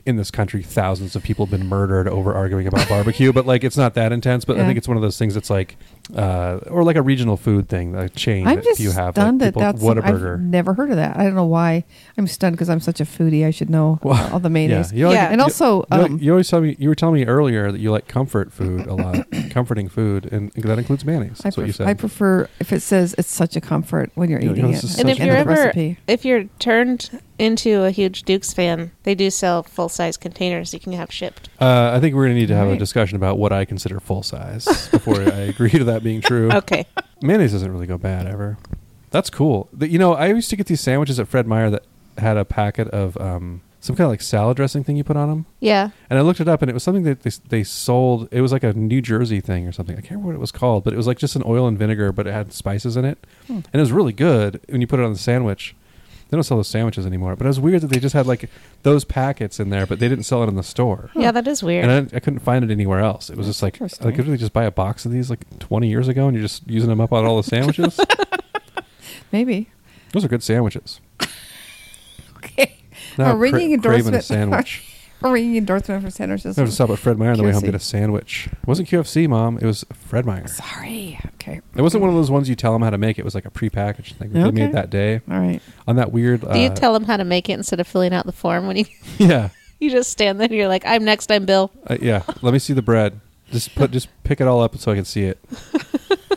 Speaker 1: in this country, thousands of people have been murdered over arguing about barbecue, but like, it's not that intense. But I
Speaker 2: Yeah.
Speaker 1: think it's one of those things that's like, uh, or like a regional food thing, a chain
Speaker 2: I'm
Speaker 1: that
Speaker 2: just
Speaker 1: you have.
Speaker 2: stunned
Speaker 1: like
Speaker 2: that that's.
Speaker 1: people,
Speaker 2: I've
Speaker 1: Whataburger.
Speaker 2: never heard of that. I don't know why. I'm stunned because I'm such a foodie. I should know
Speaker 1: Well,
Speaker 2: all the mayonnaise.
Speaker 1: you know,
Speaker 3: Yeah.
Speaker 1: like-
Speaker 2: And
Speaker 1: you-
Speaker 2: also,
Speaker 1: You, know,
Speaker 2: um,
Speaker 1: you always tell me you were telling me earlier that you like comfort food a lot, comforting food, and that includes mayonnaise.
Speaker 2: I,
Speaker 1: That's what you
Speaker 2: pref-
Speaker 1: said.
Speaker 2: I prefer if it says it's such a comfort when you're
Speaker 1: You know,
Speaker 2: eating
Speaker 1: this
Speaker 2: it.
Speaker 1: is
Speaker 2: in
Speaker 3: And if
Speaker 1: such
Speaker 2: the
Speaker 1: a
Speaker 3: you're
Speaker 1: good
Speaker 3: ever
Speaker 2: recipe.
Speaker 3: if you're turned into a huge Dukes fan, they do sell full size containers you can have shipped.
Speaker 1: uh, I think we're going to need to have a
Speaker 2: Right.
Speaker 1: discussion about what I consider full size before I agree to that being true.
Speaker 3: Okay,
Speaker 1: Mayonnaise doesn't really go bad ever. That's cool. The- you know, I used to get these sandwiches at Fred Meyer that had a packet of um, some kind of like salad dressing thing you put on them.
Speaker 3: yeah,
Speaker 1: And I looked it up, and it was something that they, they sold. It was like a New Jersey thing or something. I can't remember what it was called, but it was like just an oil and vinegar, but it had spices in it, and it was really good when you put it on the sandwich. They don't sell those sandwiches anymore, but it was weird that they just had like those packets in there, but they didn't sell it in the store.
Speaker 3: yeah, that is weird.
Speaker 1: And I, I couldn't find it anywhere else. It was
Speaker 2: That's
Speaker 1: just like I
Speaker 2: interesting.
Speaker 1: could really just buy a box of these like 20 years ago, and you're just using them up on all the sandwiches.
Speaker 2: Maybe.
Speaker 1: those are good sandwiches.
Speaker 2: Okay.
Speaker 1: Now
Speaker 2: a
Speaker 1: I'm cra-
Speaker 2: ringing
Speaker 1: craving
Speaker 2: endorsement.
Speaker 1: a sandwich.
Speaker 2: a ringing endorsement for Sanders.
Speaker 1: I have to stop at Fred Meyer on the way home and
Speaker 2: QFC.
Speaker 1: get a sandwich. It wasn't QFC, mom. It was Fred Meyer.
Speaker 2: Sorry. Okay.
Speaker 1: It wasn't one of those ones you tell them how to make. It was like a prepackaged thing that they
Speaker 2: Okay.
Speaker 1: made that day
Speaker 2: All right.
Speaker 1: on that weird. Uh,
Speaker 3: do you tell them how to make it instead of filling out the form when you
Speaker 1: Yeah,
Speaker 3: you just stand there and you're like, I'm next, I'm Bill.
Speaker 1: uh, yeah. Let me see the bread. Just put, just pick it all up so I can see it,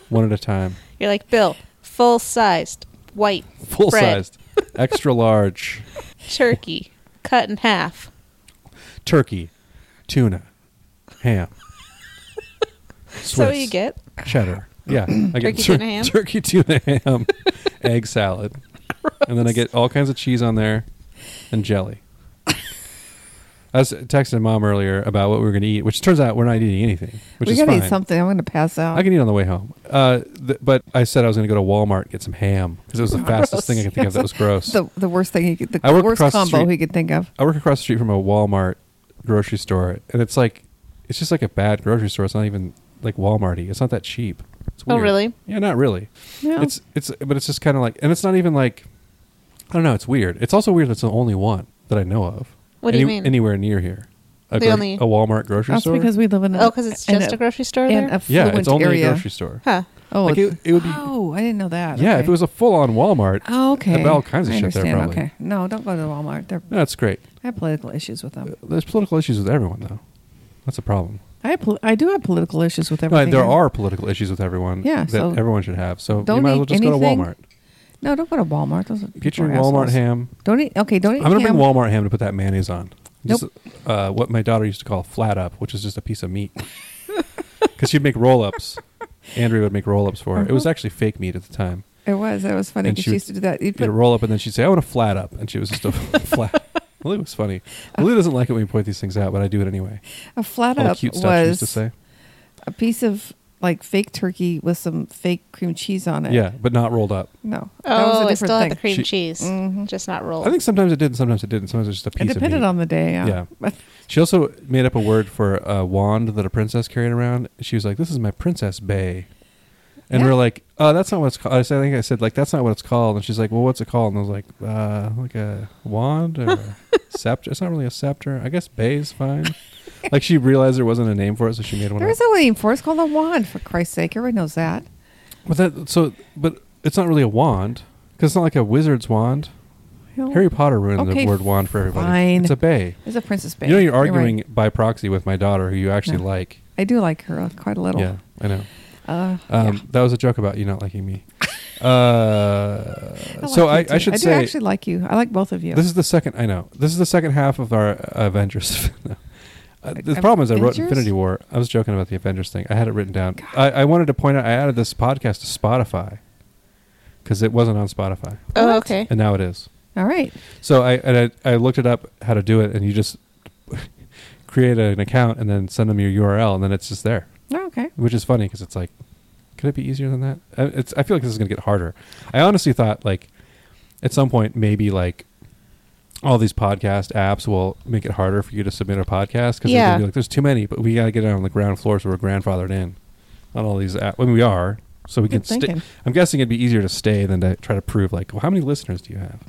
Speaker 1: one at a time,
Speaker 3: You're like Bill, full sized white
Speaker 1: full
Speaker 3: Bread.
Speaker 1: sized, extra large
Speaker 3: turkey cut in half.
Speaker 1: turkey, tuna, ham, Swiss,
Speaker 3: So you get
Speaker 1: cheddar. Yeah, I get
Speaker 3: Turkey,
Speaker 1: tur-
Speaker 3: tuna, ham?
Speaker 1: turkey, tuna, ham, egg salad, and then I get all kinds of cheese on there and jelly. I was texting mom earlier about what we were going to eat, which turns out we're not eating anything, which
Speaker 2: we
Speaker 1: is
Speaker 2: gotta
Speaker 1: fine.
Speaker 2: eat something. I'm gonna pass out.
Speaker 1: I can eat on the way home, uh, th- but I said I was going to go to Walmart and get some ham because it was the fastest thing I could think of that was gross.
Speaker 2: the the worst thing he could, the
Speaker 1: I work
Speaker 2: worst
Speaker 1: across the
Speaker 2: combo
Speaker 1: street.
Speaker 2: he could think of.
Speaker 1: I work across the street from a Walmart grocery store, and it's like it's just like a bad grocery store. It's not even like Walmarty. It's not that cheap. It's
Speaker 3: Oh,
Speaker 1: weird.
Speaker 3: really?
Speaker 1: Yeah, not really.
Speaker 2: No.
Speaker 1: It's it's but it's just kind of like, and it's not even like I don't know. It's weird. It's also weird. that It's the only one that I know of.
Speaker 3: What do you
Speaker 1: Any-
Speaker 3: mean?
Speaker 1: Anywhere near here? A,
Speaker 3: The
Speaker 1: gro-
Speaker 3: only-
Speaker 1: a Walmart grocery
Speaker 2: That's
Speaker 1: store.
Speaker 2: because we live in a,
Speaker 3: Oh, because it's
Speaker 2: in
Speaker 3: just a, grocery store
Speaker 2: in
Speaker 3: there.
Speaker 2: a
Speaker 1: yeah,
Speaker 2: fluent
Speaker 1: it's only
Speaker 2: area.
Speaker 1: a grocery store.
Speaker 3: huh?
Speaker 2: Oh,
Speaker 1: Like,
Speaker 2: it's-
Speaker 1: it- it would be-
Speaker 2: Oh, I didn't know that.
Speaker 1: Yeah,
Speaker 2: Okay.
Speaker 1: if it was a full-on Walmart,
Speaker 2: Oh, okay.
Speaker 1: about all kinds of
Speaker 2: I
Speaker 1: shit there,
Speaker 2: understand.
Speaker 1: probably.
Speaker 2: Okay. No, don't go to Walmart. They're,
Speaker 1: no, it's great.
Speaker 2: I have political issues with them.
Speaker 1: There's political issues with everyone, though. That's a problem.
Speaker 2: I have pol- I do have political issues with
Speaker 1: No,
Speaker 2: everything.
Speaker 1: there
Speaker 2: I-
Speaker 1: are political issues with everyone
Speaker 2: Yeah,
Speaker 1: that
Speaker 2: so
Speaker 1: everyone should have. So you
Speaker 2: don't
Speaker 1: might as
Speaker 2: eat
Speaker 1: well just go to
Speaker 2: anything.
Speaker 1: Walmart.
Speaker 2: No, don't go to Walmart. Those are
Speaker 1: Get your
Speaker 2: people are
Speaker 1: Walmart
Speaker 2: assholes.
Speaker 1: ham.
Speaker 2: Don't eat. Okay, don't eat.
Speaker 1: I'm going to bring
Speaker 2: ham.
Speaker 1: Walmart ham to put that mayonnaise on. Just,
Speaker 2: Nope.
Speaker 1: uh, what my daughter used to call flat up, which is just a piece of meat. Because she'd make roll ups. Andrea would make roll ups for her. It was
Speaker 2: Uh-huh.
Speaker 1: actually fake meat at the time.
Speaker 2: It was. That was funny
Speaker 1: And
Speaker 2: because
Speaker 1: she
Speaker 2: she,
Speaker 1: would
Speaker 2: used to do that. You'd
Speaker 1: You'd
Speaker 2: put-
Speaker 1: roll up and then she'd say, I want a flat up. And she was just a flat. Lily was funny. Lily doesn't like it when you point these things out, but I do it anyway.
Speaker 2: a Uh-huh. flat
Speaker 1: All the
Speaker 2: up
Speaker 1: cute stuff she used to
Speaker 2: was
Speaker 1: say.
Speaker 2: a piece of like fake turkey with some fake cream cheese on it.
Speaker 1: Yeah, but not rolled up.
Speaker 2: No.
Speaker 3: Oh, it still had the cream
Speaker 1: She-
Speaker 3: cheese,
Speaker 2: Mhm.
Speaker 3: just not rolled.
Speaker 1: I think sometimes it did and sometimes it didn't. Sometimes it's just a piece
Speaker 2: It
Speaker 1: of meat.
Speaker 2: depended on the day.
Speaker 1: Yeah.
Speaker 2: Yeah.
Speaker 1: She also made up a word for a wand that a princess carried around. She was like, "This is my princess bay," and
Speaker 2: Yeah.
Speaker 1: we're like, "Oh, that's not what it's called." I said, I think I said like, "That's not what it's called." And she's like, "Well, what's it called?" And I was like, uh, "Like a wand or a scepter? It's not really a scepter. I guess bay's fine." like she realized there wasn't a name for it, so she made one.
Speaker 2: There
Speaker 1: up.
Speaker 2: is a name for it. It's called a wand, for Christ's sake. Everybody knows that.
Speaker 1: But that so, but it's not really a wand because it's not like a wizard's wand.
Speaker 2: Well,
Speaker 1: Harry Potter ruined
Speaker 2: okay,
Speaker 1: the word wand for everybody.
Speaker 2: fine.
Speaker 1: It's a bay.
Speaker 2: It's a princess baby.
Speaker 1: You know, you're arguing by proxy with my daughter, who you actually
Speaker 2: No.
Speaker 1: like.
Speaker 2: I do like her uh, quite a little.
Speaker 1: Yeah, I know.
Speaker 2: Uh,
Speaker 1: Um,
Speaker 2: yeah.
Speaker 1: That was a joke about you not liking me. uh,
Speaker 2: I
Speaker 1: so
Speaker 2: like you
Speaker 1: I, I
Speaker 2: too.
Speaker 1: should
Speaker 2: I
Speaker 1: say
Speaker 2: do actually like you. I like both of you.
Speaker 1: this is the second. I know this is the second half of our Avengers. no. Uh, the problem is, I wrote
Speaker 2: Avengers?
Speaker 1: Infinity War. I was joking about the Avengers thing. I had it written down. I, I wanted to point out I added this podcast to Spotify because it wasn't on Spotify,
Speaker 3: Oh,
Speaker 2: What?
Speaker 3: okay.
Speaker 1: and now it is.
Speaker 2: All right.
Speaker 1: So I and I, I looked it up how to do it, and you just create an account and then send them your URL, and then it's just there,
Speaker 2: Oh, okay.
Speaker 1: which is funny because it's like, could it be easier than that? Uh, It's I feel like this is gonna get harder. I honestly thought like at some point maybe like all these podcast apps will make it harder for you to submit a podcast because
Speaker 3: Yeah.
Speaker 1: be like there's too many, but we gotta get it on the ground floor so we're grandfathered in on all these. App- I mean, we are. So we
Speaker 2: Good
Speaker 1: can stay.
Speaker 2: thinking.
Speaker 1: I'm guessing it'd be easier to stay than to try to prove like, well, how many listeners do you have?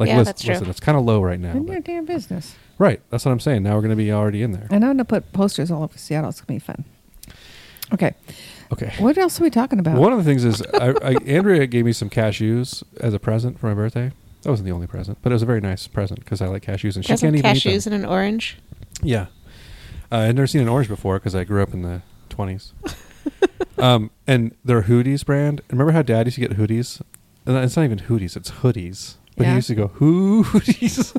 Speaker 1: Like,
Speaker 3: Yeah,
Speaker 1: lis-
Speaker 3: that's true.
Speaker 1: listen, it's kind of low right now.
Speaker 2: None of your
Speaker 1: but-
Speaker 2: damn business.
Speaker 1: right, that's what I'm saying. Now we're going to be already in there.
Speaker 3: Uh,
Speaker 2: And I'm going to put posters all over Seattle. It's going to be fun. Okay.
Speaker 1: Okay.
Speaker 2: What else are we talking about?
Speaker 1: One of the things is I, I, Andrea gave me some cashews as a present for my birthday. That wasn't the only present, but it was a very nice present because I like cashews and she
Speaker 3: Got some
Speaker 1: can't even eat them.
Speaker 3: cashews and an orange.
Speaker 1: Yeah. Uh, I'd never seen an orange before because I grew up in the 20s. um, and their hoodies brand. Remember how dad used to get hoodies? And it's not even hoodies, it's hoodies. But he
Speaker 2: Yeah.
Speaker 1: used to go, hoodies.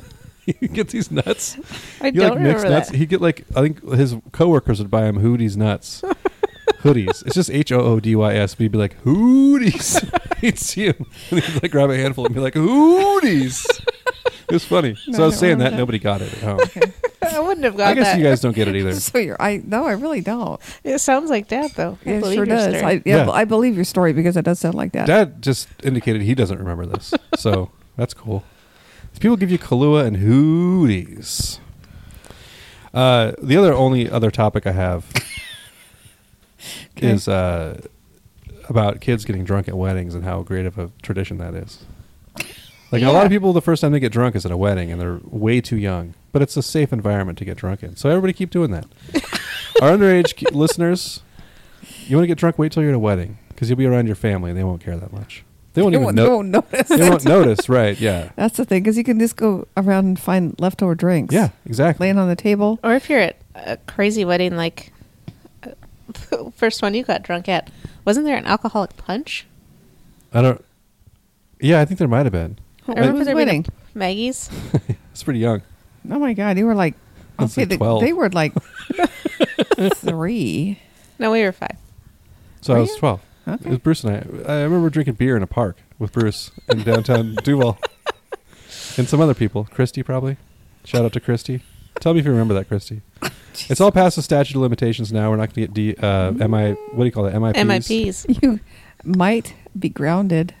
Speaker 1: he gets these nuts.
Speaker 3: I
Speaker 1: He,
Speaker 3: don't
Speaker 1: like mixed
Speaker 3: remember
Speaker 1: nuts.
Speaker 3: that.
Speaker 1: He'd get like, I think his coworkers would buy him hoodies nuts. hoodies. It's just H O O D Y S. But he'd be like, hoodies. he'd see him. And he'd like grab a handful and be like, hoodies. it was funny.
Speaker 2: No,
Speaker 1: so I was
Speaker 2: I don't
Speaker 1: saying
Speaker 2: remember
Speaker 1: that,
Speaker 2: that.
Speaker 1: nobody got it at home.
Speaker 2: Okay.
Speaker 3: I wouldn't have got
Speaker 1: I guess
Speaker 3: that.
Speaker 1: you guys don't get it either.
Speaker 2: so you're, I, no, I really don't.
Speaker 3: It sounds like Dad, though. I
Speaker 2: It
Speaker 3: believe
Speaker 2: sure
Speaker 3: your
Speaker 2: does.
Speaker 3: story.
Speaker 2: I, yeah,
Speaker 1: Yeah.
Speaker 2: I believe your story because it does sound like that.
Speaker 1: Dad just indicated he doesn't remember this, so that's cool. These people give you Kahlua and hoodies. Uh, the other only other topic I have
Speaker 2: 'Kay.
Speaker 1: is uh, about kids getting drunk at weddings and how great of a tradition that is. Like a lot
Speaker 3: Yeah.
Speaker 1: of people, the first time they get drunk is at a wedding, and they're way too young. But it's a safe environment to get drunk in, so everybody keep doing that. Our underage ki- listeners, you want to get drunk? Wait till you're at a wedding because you'll be around your family, and they won't care that much. They won't
Speaker 2: They
Speaker 1: even
Speaker 2: won't-
Speaker 1: know.
Speaker 2: they won't notice
Speaker 1: They
Speaker 2: it.
Speaker 1: won't notice, right? Yeah,
Speaker 2: That's the thing because you can just go around and find leftover drinks.
Speaker 1: yeah, exactly.
Speaker 2: Laying on the table.
Speaker 3: Or if you're at a crazy wedding, like uh, first one you got drunk at, wasn't there an alcoholic punch?
Speaker 1: I don't. Yeah, I think there might have been.
Speaker 3: I
Speaker 2: What
Speaker 3: remember
Speaker 2: was
Speaker 3: there being a
Speaker 2: wedding?
Speaker 3: Maggie's.
Speaker 1: It's pretty young.
Speaker 2: Oh my God, you were like,
Speaker 1: I'd say
Speaker 2: okay, they,
Speaker 1: 12.
Speaker 2: they were like three.
Speaker 3: No, we were five.
Speaker 1: So I
Speaker 2: Were
Speaker 1: was
Speaker 2: you?
Speaker 1: twelve.
Speaker 2: Okay.
Speaker 1: It was Bruce and I. I remember drinking beer in a park with Bruce in downtown Duval, and some other people. Christy probably. Shout out to Christy. Tell me if you remember that, Christy. It's all past the statute of limitations now. We're not going to get D, uh, MI. What do you call it? MIPs.
Speaker 3: MIPs.
Speaker 2: You might be grounded.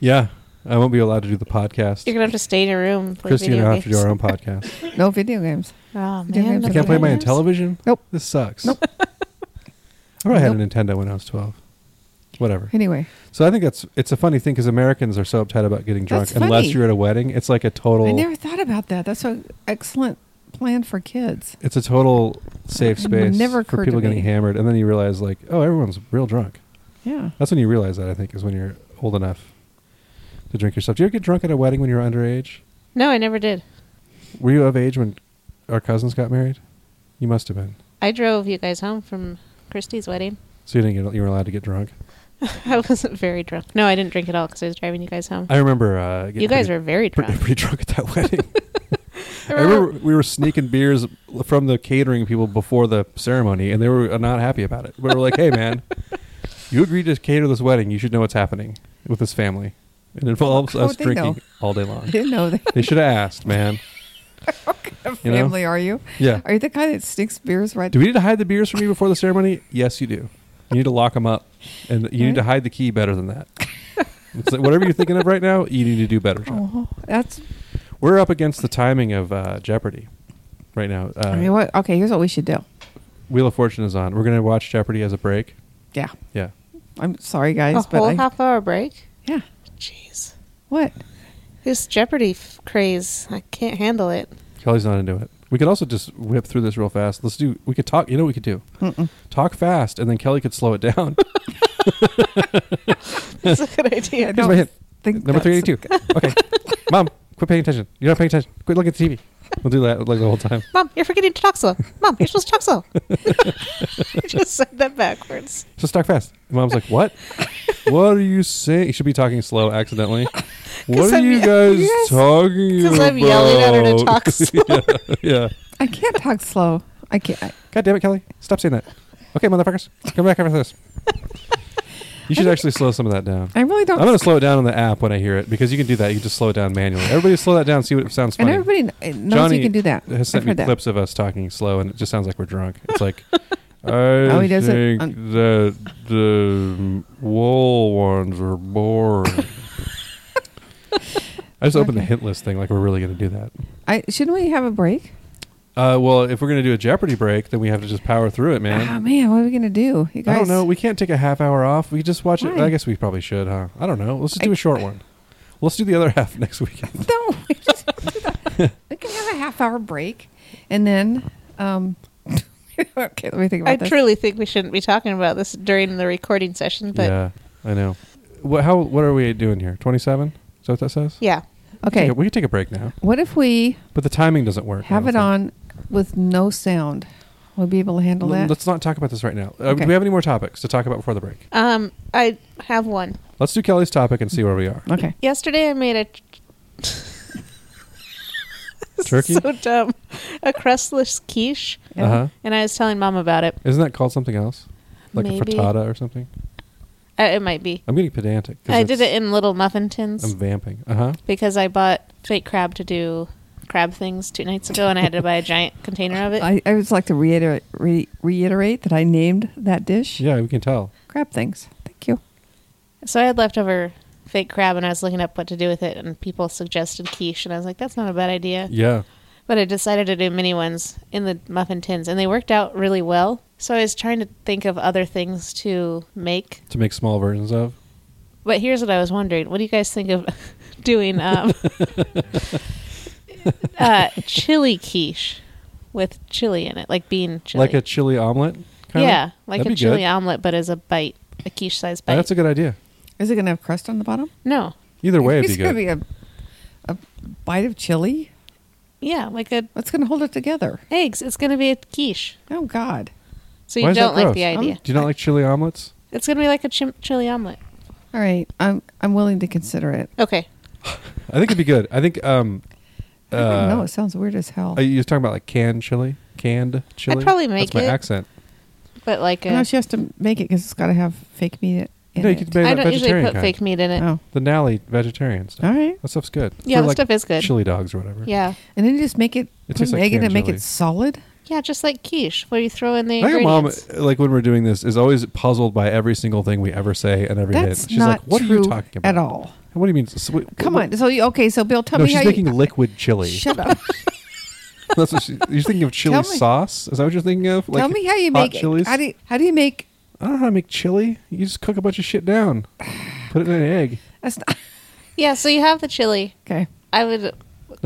Speaker 1: Yeah, I won't be allowed to do the podcast.
Speaker 3: You're gonna have to stay in your room. And play
Speaker 1: Christy and
Speaker 3: video
Speaker 1: I have to do
Speaker 3: games.
Speaker 1: our own podcast.
Speaker 2: No video games.
Speaker 3: Oh
Speaker 2: Video
Speaker 3: man,
Speaker 2: games
Speaker 1: I
Speaker 2: are
Speaker 3: the
Speaker 1: can't play my
Speaker 3: videos.
Speaker 1: television.
Speaker 2: Nope.
Speaker 1: This sucks.
Speaker 2: Nope.
Speaker 1: I probably had a
Speaker 2: Nope.
Speaker 1: Nintendo when I was twelve. Whatever.
Speaker 2: Anyway,
Speaker 1: So I think that's it's a funny thing because Americans are so uptight about getting drunk
Speaker 2: That's
Speaker 1: unless
Speaker 2: funny.
Speaker 1: you're at a wedding. It's like a total.
Speaker 2: I never thought about that. That's an excellent plan for kids.
Speaker 1: it's a total safe
Speaker 2: It
Speaker 1: space
Speaker 2: never
Speaker 1: for
Speaker 2: occurred
Speaker 1: people
Speaker 2: to me.
Speaker 1: getting hammered, and then you realize like, oh, everyone's real drunk.
Speaker 2: Yeah.
Speaker 1: That's when you realize that I think is when you're old enough to drink yourself. Do you ever get drunk at a wedding when you were underage?
Speaker 3: No, I never did.
Speaker 1: Were you of age when our cousins got married? You must have been.
Speaker 3: I drove you guys home from Christie's wedding.
Speaker 1: So you didn't get you were allowed to get drunk.
Speaker 3: I wasn't very drunk. No, I didn't drink at all because I was driving you guys home.
Speaker 1: I remember uh, getting
Speaker 3: you guys
Speaker 1: pretty-
Speaker 3: were very
Speaker 1: pretty,
Speaker 3: drunk.
Speaker 1: pretty drunk at that wedding. I remember we were sneaking beers from the catering people before the ceremony, and they were not happy about it. We were like, "Hey, man, you agreed to cater this wedding. You should know what's happening with this family. It involves
Speaker 2: Oh, How would
Speaker 1: us
Speaker 2: they know?
Speaker 1: drinking all day
Speaker 2: I
Speaker 1: long.
Speaker 2: didn't know that.
Speaker 1: they should have asked, man. You know?
Speaker 2: family are you?
Speaker 1: Yeah.
Speaker 2: Are you the guy that sneaks beers right?
Speaker 1: Do we need to hide the beers from you before the ceremony? Yes, you do. You need to lock them up, and you need to hide the key better than that. It's like, whatever you're thinking of right now, you need to do better. John.
Speaker 2: oh, that's.
Speaker 1: We're up against the timing of uh, Jeopardy right now. Uh,
Speaker 2: I mean, what? Okay, here's what we should do.
Speaker 1: Wheel of Fortune is on. We're going to watch Jeopardy as a break.
Speaker 2: Yeah.
Speaker 1: Yeah.
Speaker 2: I'm sorry, guys,
Speaker 3: a
Speaker 2: but
Speaker 3: whole
Speaker 2: I,
Speaker 3: half hour break.
Speaker 2: yeah.
Speaker 3: Jeez,
Speaker 2: What?
Speaker 3: this Jeopardy f- craze. I can't handle it.
Speaker 1: Kelly's not into it. We could also just whip through this real fast. Let's do. We could talk. You know, what we could do
Speaker 3: Hmm.
Speaker 2: Mm-mm.
Speaker 1: talk fast, and then Kelly could slow it down.
Speaker 3: That's a good idea.
Speaker 2: I
Speaker 1: Here's
Speaker 2: don't
Speaker 1: my hint.
Speaker 2: think
Speaker 1: Number
Speaker 2: that's-
Speaker 1: three eighty two. Okay, mom, quit paying attention. You're not paying attention. Quit looking at the TV. We'll do that like the whole time.
Speaker 3: Mom, you're forgetting to talk slow. Mom, you're supposed to talk slow. I just said that backwards.
Speaker 1: So talk fast. And mom's like, what? what are you saying? You should be talking slow accidentally. What
Speaker 3: 'Cause
Speaker 1: are
Speaker 3: I'm
Speaker 1: you
Speaker 3: ye-
Speaker 1: guys
Speaker 3: Yes.
Speaker 1: talking
Speaker 3: Because
Speaker 1: about?
Speaker 3: I'm yelling at her to talk slow.
Speaker 1: yeah.
Speaker 2: I can't talk slow. I can't. I,
Speaker 1: God damn it, Kelly. Stop saying that. Okay, motherfuckers. Come back after this. You should actually slow some of that down.
Speaker 2: I really don't.
Speaker 1: I'm going to slow it down on the app when I hear it because you can do that. You can just slow it down manually. Everybody slow that down. See what sounds
Speaker 2: and
Speaker 1: funny.
Speaker 2: everybody kn- knows
Speaker 1: Johnny
Speaker 2: you can do that.
Speaker 1: has sent
Speaker 2: I've
Speaker 1: me
Speaker 2: heard that.
Speaker 1: clips of us talking slow, and it just sounds like we're drunk. It's like, I
Speaker 2: he does it Um,
Speaker 1: think
Speaker 2: on-
Speaker 1: that the wool ones are boring. I just opened the
Speaker 2: Okay.
Speaker 1: hint list thing like we're really going to do that.
Speaker 2: I shouldn't we have a break?
Speaker 1: Uh, well, if we're going to do a Jeopardy break, then we have to just power through it, man.
Speaker 2: Oh man, what are we gonna do, you guys?
Speaker 1: I don't know. We can't take a half hour off. We just watch it.
Speaker 2: Why?
Speaker 1: I guess we probably should, huh? I don't know. Let's just do
Speaker 2: I-
Speaker 1: a short one. Let's do the other half next weekend.
Speaker 2: No, we, just, we can have a half hour break, and then. Um, okay, let me think about
Speaker 3: I
Speaker 2: this.
Speaker 3: truly think we shouldn't be talking about this during the recording session, but yeah.
Speaker 1: yeah, I know. What? How? What are we doing here? Twenty-seven? Is that what that says?
Speaker 2: okay,
Speaker 1: Take a- we can take a break now,
Speaker 2: what if we
Speaker 1: but the timing doesn't work. I
Speaker 2: have
Speaker 1: don't
Speaker 2: it
Speaker 1: think.
Speaker 2: on with no sound? We'll be able to handle
Speaker 1: L-
Speaker 2: that.
Speaker 1: Let's not talk about this right now. Uh,
Speaker 2: Okay.
Speaker 1: Do we have any more topics to talk about before the break?
Speaker 3: Um, I have one.
Speaker 1: Let's do Kelly's topic and see where we are.
Speaker 2: okay.
Speaker 3: Yesterday I made a This is
Speaker 1: Turkey?
Speaker 3: so dumb. A crustless quiche,
Speaker 2: Yeah.
Speaker 1: Uh huh.
Speaker 3: and I was telling mom about it.
Speaker 1: Isn't that called something else? Like a
Speaker 3: Maybe.
Speaker 1: frittata or something?
Speaker 3: Uh, it might be.
Speaker 1: I'm getting pedantic. 'cause
Speaker 3: I did it
Speaker 1: it's-
Speaker 3: in little muffin tins.
Speaker 1: I'm vamping. Uh huh.
Speaker 3: because I bought fake crab to do crab things two nights ago, and I had to buy a giant container of it.
Speaker 2: I, I would just like to reiterate, re, reiterate that I named that dish
Speaker 1: Yeah, we can tell.
Speaker 2: crab things. Thank you.
Speaker 3: so I had leftover fake crab, and I was looking up what to do with it, and people suggested quiche, and I was like, "That's not a bad idea."
Speaker 1: Yeah.
Speaker 3: But I decided to do mini ones in the muffin tins, and they worked out really well. So I was trying to think of other things to make.
Speaker 1: To make small versions of.
Speaker 3: But here's what I was wondering: What do you guys think of doing um, uh, chili quiche with chili in it, like bean chili,
Speaker 1: Like a chili omelet? kinda?
Speaker 3: Yeah, like
Speaker 1: That'd
Speaker 3: a
Speaker 1: be
Speaker 3: chili
Speaker 1: good.
Speaker 3: omelet, but as a bite, a quiche sized bite.
Speaker 1: Oh, that's a good idea.
Speaker 2: Is it going to have crust on the bottom?
Speaker 3: no,
Speaker 1: Either way, it'd
Speaker 2: it's
Speaker 1: be
Speaker 2: going
Speaker 1: good.
Speaker 2: to be a, a bite of chili.
Speaker 3: yeah, like a
Speaker 2: What's going to hold it together?
Speaker 3: eggs. It's gonna be a quiche,
Speaker 2: Oh God,
Speaker 3: so
Speaker 1: Why
Speaker 3: you
Speaker 1: is that
Speaker 3: don't like the
Speaker 1: gross?
Speaker 3: idea.
Speaker 1: do you not like chili omelets?
Speaker 3: It's gonna be like a chim- chili omelet.
Speaker 2: All right, I'm I'm willing to consider it.
Speaker 3: Okay,
Speaker 1: I think it'd be good. I think. um
Speaker 2: I don't know.
Speaker 1: uh,
Speaker 2: It sounds weird as hell.
Speaker 1: Are you just talking about like canned chili? Canned chili?
Speaker 3: probably make
Speaker 1: That's my
Speaker 3: it.
Speaker 1: accent.
Speaker 3: but like
Speaker 2: I know
Speaker 3: a,
Speaker 2: she has to make it because it's got to have fake meat in
Speaker 1: No, you
Speaker 2: it.
Speaker 1: could make
Speaker 3: I
Speaker 1: that
Speaker 3: don't usually
Speaker 1: vegetarian
Speaker 3: put
Speaker 1: kind.
Speaker 3: fake meat in it.
Speaker 2: oh,
Speaker 1: The Nally vegetarian stuff.
Speaker 2: all right.
Speaker 1: That stuff's good.
Speaker 3: Yeah,
Speaker 1: For,
Speaker 3: that
Speaker 1: like,
Speaker 3: stuff is good.
Speaker 1: Chili dogs or whatever.
Speaker 3: Yeah,
Speaker 2: And then you just make
Speaker 1: It
Speaker 2: it, put
Speaker 1: tastes
Speaker 2: an
Speaker 1: like
Speaker 2: egg in it,
Speaker 1: canned
Speaker 2: make
Speaker 1: chili.
Speaker 2: it solid.
Speaker 3: yeah, just like quiche, where you throw in the
Speaker 1: I think mom,
Speaker 3: ingredients.
Speaker 1: like when we're doing this, is always puzzled by every single thing we ever say and every
Speaker 2: That's
Speaker 1: hit. She's
Speaker 2: not
Speaker 1: like, "What
Speaker 2: true
Speaker 1: are you talking about
Speaker 2: at all.
Speaker 1: What do you mean? So, wait,
Speaker 2: Come
Speaker 1: what-
Speaker 2: on. So you okay? So Bill, tell
Speaker 1: no,
Speaker 2: me how
Speaker 1: she's
Speaker 2: you
Speaker 1: making liquid chili.
Speaker 2: shut up.
Speaker 1: That's what she, you're thinking of chili
Speaker 2: Tell me.
Speaker 1: sauce. Is that what you're thinking of?
Speaker 2: tell me how you
Speaker 1: hot
Speaker 2: make
Speaker 1: chilies?
Speaker 2: How do you, how do you make?
Speaker 1: I don't know how to make chili. You just cook a bunch of shit down, put it in an egg.
Speaker 2: That's not,
Speaker 3: Yeah, so you have the chili.
Speaker 2: okay.
Speaker 3: I would
Speaker 1: No,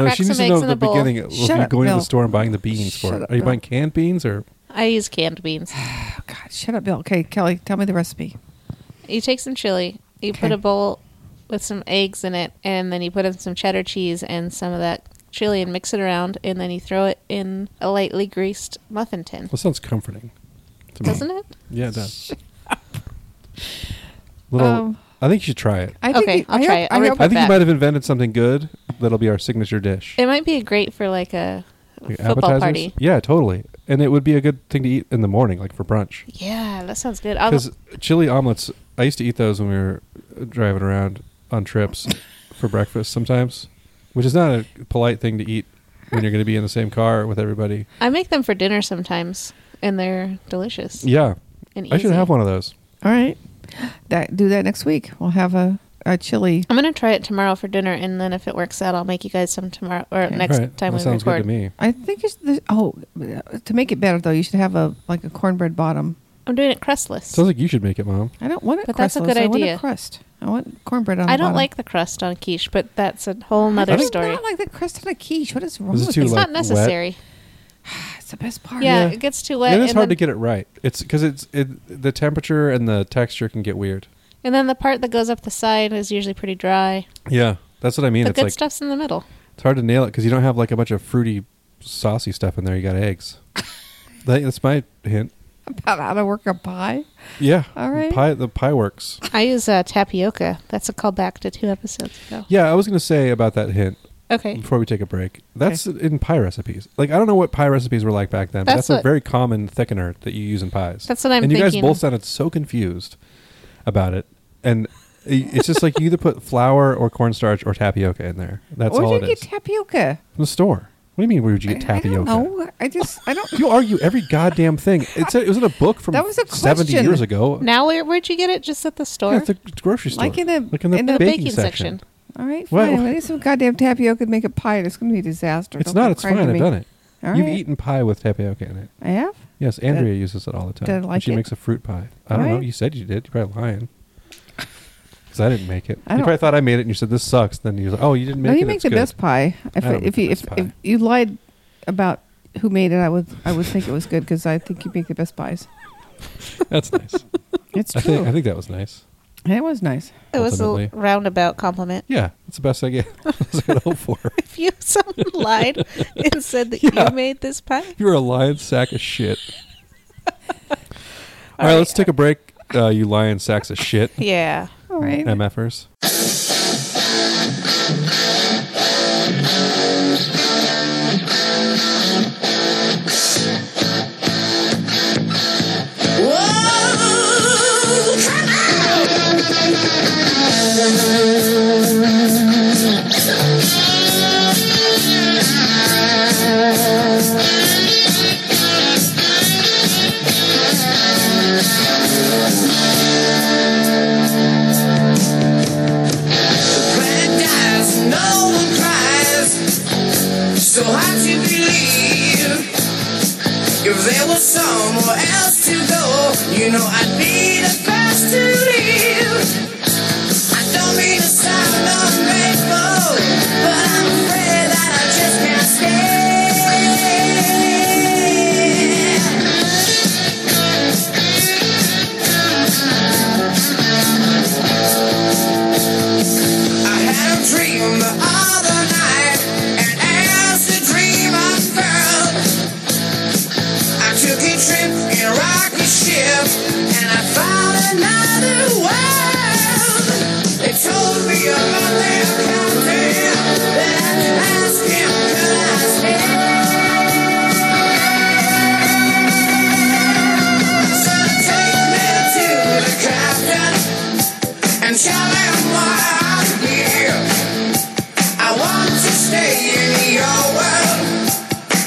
Speaker 3: crack
Speaker 1: she needs
Speaker 3: some
Speaker 1: to
Speaker 3: eggs
Speaker 1: know
Speaker 3: in
Speaker 1: at
Speaker 3: a
Speaker 1: the
Speaker 3: bowl.
Speaker 1: beginning. If
Speaker 2: Shut
Speaker 1: you're
Speaker 2: up,
Speaker 1: going to
Speaker 2: Bill.
Speaker 1: the store and buying the beans for
Speaker 2: Shut
Speaker 1: it,
Speaker 2: up,
Speaker 1: are you
Speaker 2: Bill.
Speaker 1: buying canned beans or
Speaker 3: I use canned beans.
Speaker 2: Oh God, shut up, Bill. Okay, Kelly, tell me the recipe.
Speaker 3: You take some chili, you put
Speaker 2: Okay.
Speaker 3: a bowl with some eggs in it, and then you put in some cheddar cheese and some of that chili and mix it around, and then you throw it in a lightly greased muffin tin.
Speaker 1: That sounds comforting. To me.
Speaker 3: Doesn't it?
Speaker 1: Yeah, it does. Little,
Speaker 2: Um,
Speaker 1: I think you should try it.
Speaker 2: I
Speaker 3: Okay,
Speaker 2: you-
Speaker 3: I'll try it. I'll
Speaker 2: I
Speaker 3: rip
Speaker 2: hope,
Speaker 1: I think you
Speaker 3: back.
Speaker 1: might have invented something good that'll be our signature dish.
Speaker 3: It might be great for like a
Speaker 1: Like
Speaker 3: football
Speaker 1: appetizers.
Speaker 3: party.
Speaker 1: Yeah, totally. And it would be a good thing to eat in the morning, like for brunch.
Speaker 3: Yeah, that sounds good. I'll,
Speaker 1: Because chili omelets, I used to eat those when we were uh, driving around on trips for breakfast sometimes, which is not a polite thing to eat when you're going to be in the same car with everybody.
Speaker 3: I make them for dinner sometimes, and they're delicious.
Speaker 1: Yeah,
Speaker 3: and
Speaker 1: I should
Speaker 3: easy.
Speaker 1: have one of those.
Speaker 2: All right, that do that next week. We'll have a, a chili.
Speaker 3: I'm gonna try it tomorrow for dinner, and then if it works out, I'll make you guys some tomorrow or
Speaker 2: Okay.
Speaker 3: next
Speaker 1: Right.
Speaker 3: time
Speaker 1: that
Speaker 3: we
Speaker 1: sounds
Speaker 3: record.
Speaker 1: good to me.
Speaker 2: I think it's the oh to make it better though. You should have a like a cornbread bottom.
Speaker 3: I'm doing it crustless.
Speaker 1: Sounds like you should make it, mom.
Speaker 2: I don't want it.
Speaker 3: But that's a
Speaker 2: crustless.
Speaker 3: good
Speaker 2: I want
Speaker 3: idea.
Speaker 2: a crust. I want cornbread on.
Speaker 3: I
Speaker 2: the
Speaker 3: don't
Speaker 2: bottom.
Speaker 3: like the crust on quiche, but that's a whole nother
Speaker 2: I do
Speaker 3: story.
Speaker 2: Not like the crust on a quiche. What is wrong
Speaker 1: Is it
Speaker 2: with
Speaker 1: too
Speaker 2: you?
Speaker 3: it's
Speaker 1: like
Speaker 3: not necessary.
Speaker 2: That's the best part.
Speaker 3: Yeah,
Speaker 1: Yeah.
Speaker 3: it gets too wet.
Speaker 1: And it's
Speaker 3: and
Speaker 1: hard to
Speaker 3: then-
Speaker 1: get it right. It's because it's it, the temperature and the texture can get weird.
Speaker 3: And then the part that goes up the side is usually pretty dry.
Speaker 1: Yeah, that's what I mean.
Speaker 3: the
Speaker 1: it's
Speaker 3: good
Speaker 1: like
Speaker 3: stuff's in the middle.
Speaker 1: it's hard to nail it because you don't have like a bunch of fruity, saucy stuff in there. You got eggs. That- that's my hint.
Speaker 2: About how to work a pie.
Speaker 1: Yeah.
Speaker 2: All right.
Speaker 1: Pie, the pie works.
Speaker 3: I use uh, tapioca. That's a callback to two episodes ago.
Speaker 1: Yeah, I was gonna say about that hint
Speaker 3: Okay.
Speaker 1: before we take a break. That's in pie recipes. Like I don't know what pie recipes were like back then, but
Speaker 3: That's
Speaker 1: that's, a
Speaker 3: what-
Speaker 1: very common thickener that you use in pies.
Speaker 3: That's what I'm
Speaker 1: And you guys
Speaker 3: thinking.
Speaker 1: both sounded so confused about it, and i- it's just like you either put flour or cornstarch or tapioca in there. That's
Speaker 2: or
Speaker 1: all
Speaker 2: you
Speaker 1: it
Speaker 2: get
Speaker 1: is.
Speaker 2: tapioca.
Speaker 1: From the store. What do you mean? Where would you get
Speaker 2: I-
Speaker 1: tapioca?
Speaker 2: I don't know. I just I don't.
Speaker 1: You argue every goddamn thing. It's a, it was in a book from
Speaker 2: That was a
Speaker 1: seventy
Speaker 2: question.
Speaker 1: years ago.
Speaker 3: Now, where, where'd you get it? Just at the store?
Speaker 1: yeah, at the grocery store,
Speaker 2: Like in a-
Speaker 1: like in the
Speaker 2: in a
Speaker 1: baking,
Speaker 3: baking
Speaker 1: section.
Speaker 3: section.
Speaker 2: all right,
Speaker 1: Well-
Speaker 2: fine. I need some goddamn tapioca to make a pie. and It's going to be a disaster.
Speaker 1: It's
Speaker 2: Don't
Speaker 1: not.
Speaker 2: come
Speaker 1: It's
Speaker 2: crying
Speaker 1: fine.
Speaker 2: to
Speaker 1: I've
Speaker 2: me.
Speaker 1: done it.
Speaker 2: All
Speaker 1: You've
Speaker 2: right.
Speaker 1: eaten pie with tapioca in it.
Speaker 2: I have.
Speaker 1: Yes, Andrea uses it all the time.
Speaker 2: did I
Speaker 1: When
Speaker 2: like
Speaker 1: she
Speaker 2: it?
Speaker 1: makes a fruit pie. I don't know.
Speaker 2: Right?
Speaker 1: You said you did. You're probably lying. Because I didn't make it.
Speaker 2: I
Speaker 1: you
Speaker 2: don't-
Speaker 1: probably thought I made it, and you said this sucks. Then you like, oh, you didn't make
Speaker 2: no,
Speaker 1: it.
Speaker 2: you make
Speaker 1: it's
Speaker 2: the
Speaker 1: good."
Speaker 2: best pie. If,
Speaker 1: I don't
Speaker 2: if
Speaker 1: make
Speaker 2: you
Speaker 1: the
Speaker 2: if,
Speaker 1: best
Speaker 2: if
Speaker 1: pie.
Speaker 2: you lied about who made it, I would I would think it was good because I think you make the best pies.
Speaker 1: That's nice.
Speaker 2: It's
Speaker 1: I
Speaker 2: true.
Speaker 1: think I think that was nice.
Speaker 2: And it was nice.
Speaker 3: it was a
Speaker 1: Ultimately.
Speaker 3: roundabout compliment.
Speaker 1: Yeah, that's the best I get. that's what I could hope for.
Speaker 3: If you someone lied and said that
Speaker 1: Yeah.
Speaker 3: you made this pie,
Speaker 1: You're a lion sack of shit. all right,
Speaker 3: right.
Speaker 1: let's take a break. Uh, you lion sacks of shit,
Speaker 3: yeah.
Speaker 2: All right.
Speaker 1: mfers.
Speaker 4: Paradise, no one cries. So hard to believe. If there was somewhere else to go, you know I'd be the first to leave. I don't mean to sound ungrateful, but I'm afraid that I just can't stay. I had a dream the other night, and as the dream I felt, I took a trip in a rocket ship, and I found another world. They told me about their country, then I asked him, could I stay? So take me to the captain and tell him why I'm here. I want to stay in your world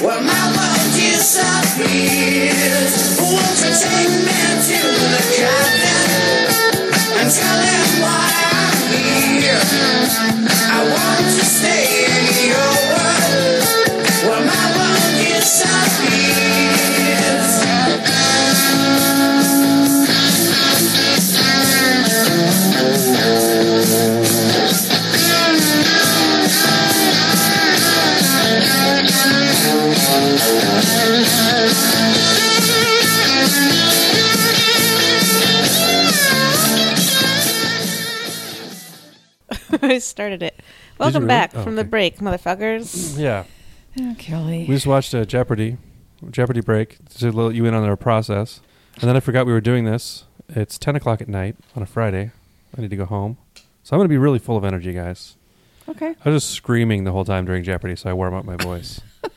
Speaker 4: where my world disappears. Won't you take me to the captain and tell him why I'm here? I want to stay in your world where my world disappears.
Speaker 3: I started it. Welcome
Speaker 1: really?
Speaker 3: back
Speaker 1: Oh,
Speaker 3: from the
Speaker 1: okay.
Speaker 3: break, motherfuckers.
Speaker 1: Yeah.
Speaker 2: Oh, Kelly.
Speaker 1: We just watched uh, Jeopardy, Jeopardy break to let you in on our process, and then I forgot we were doing this. It's ten o'clock at night on a Friday. I need to go home, so I'm going to be really full of energy, guys.
Speaker 2: okay.
Speaker 1: I was just screaming the whole time during Jeopardy, so I warm up my voice. I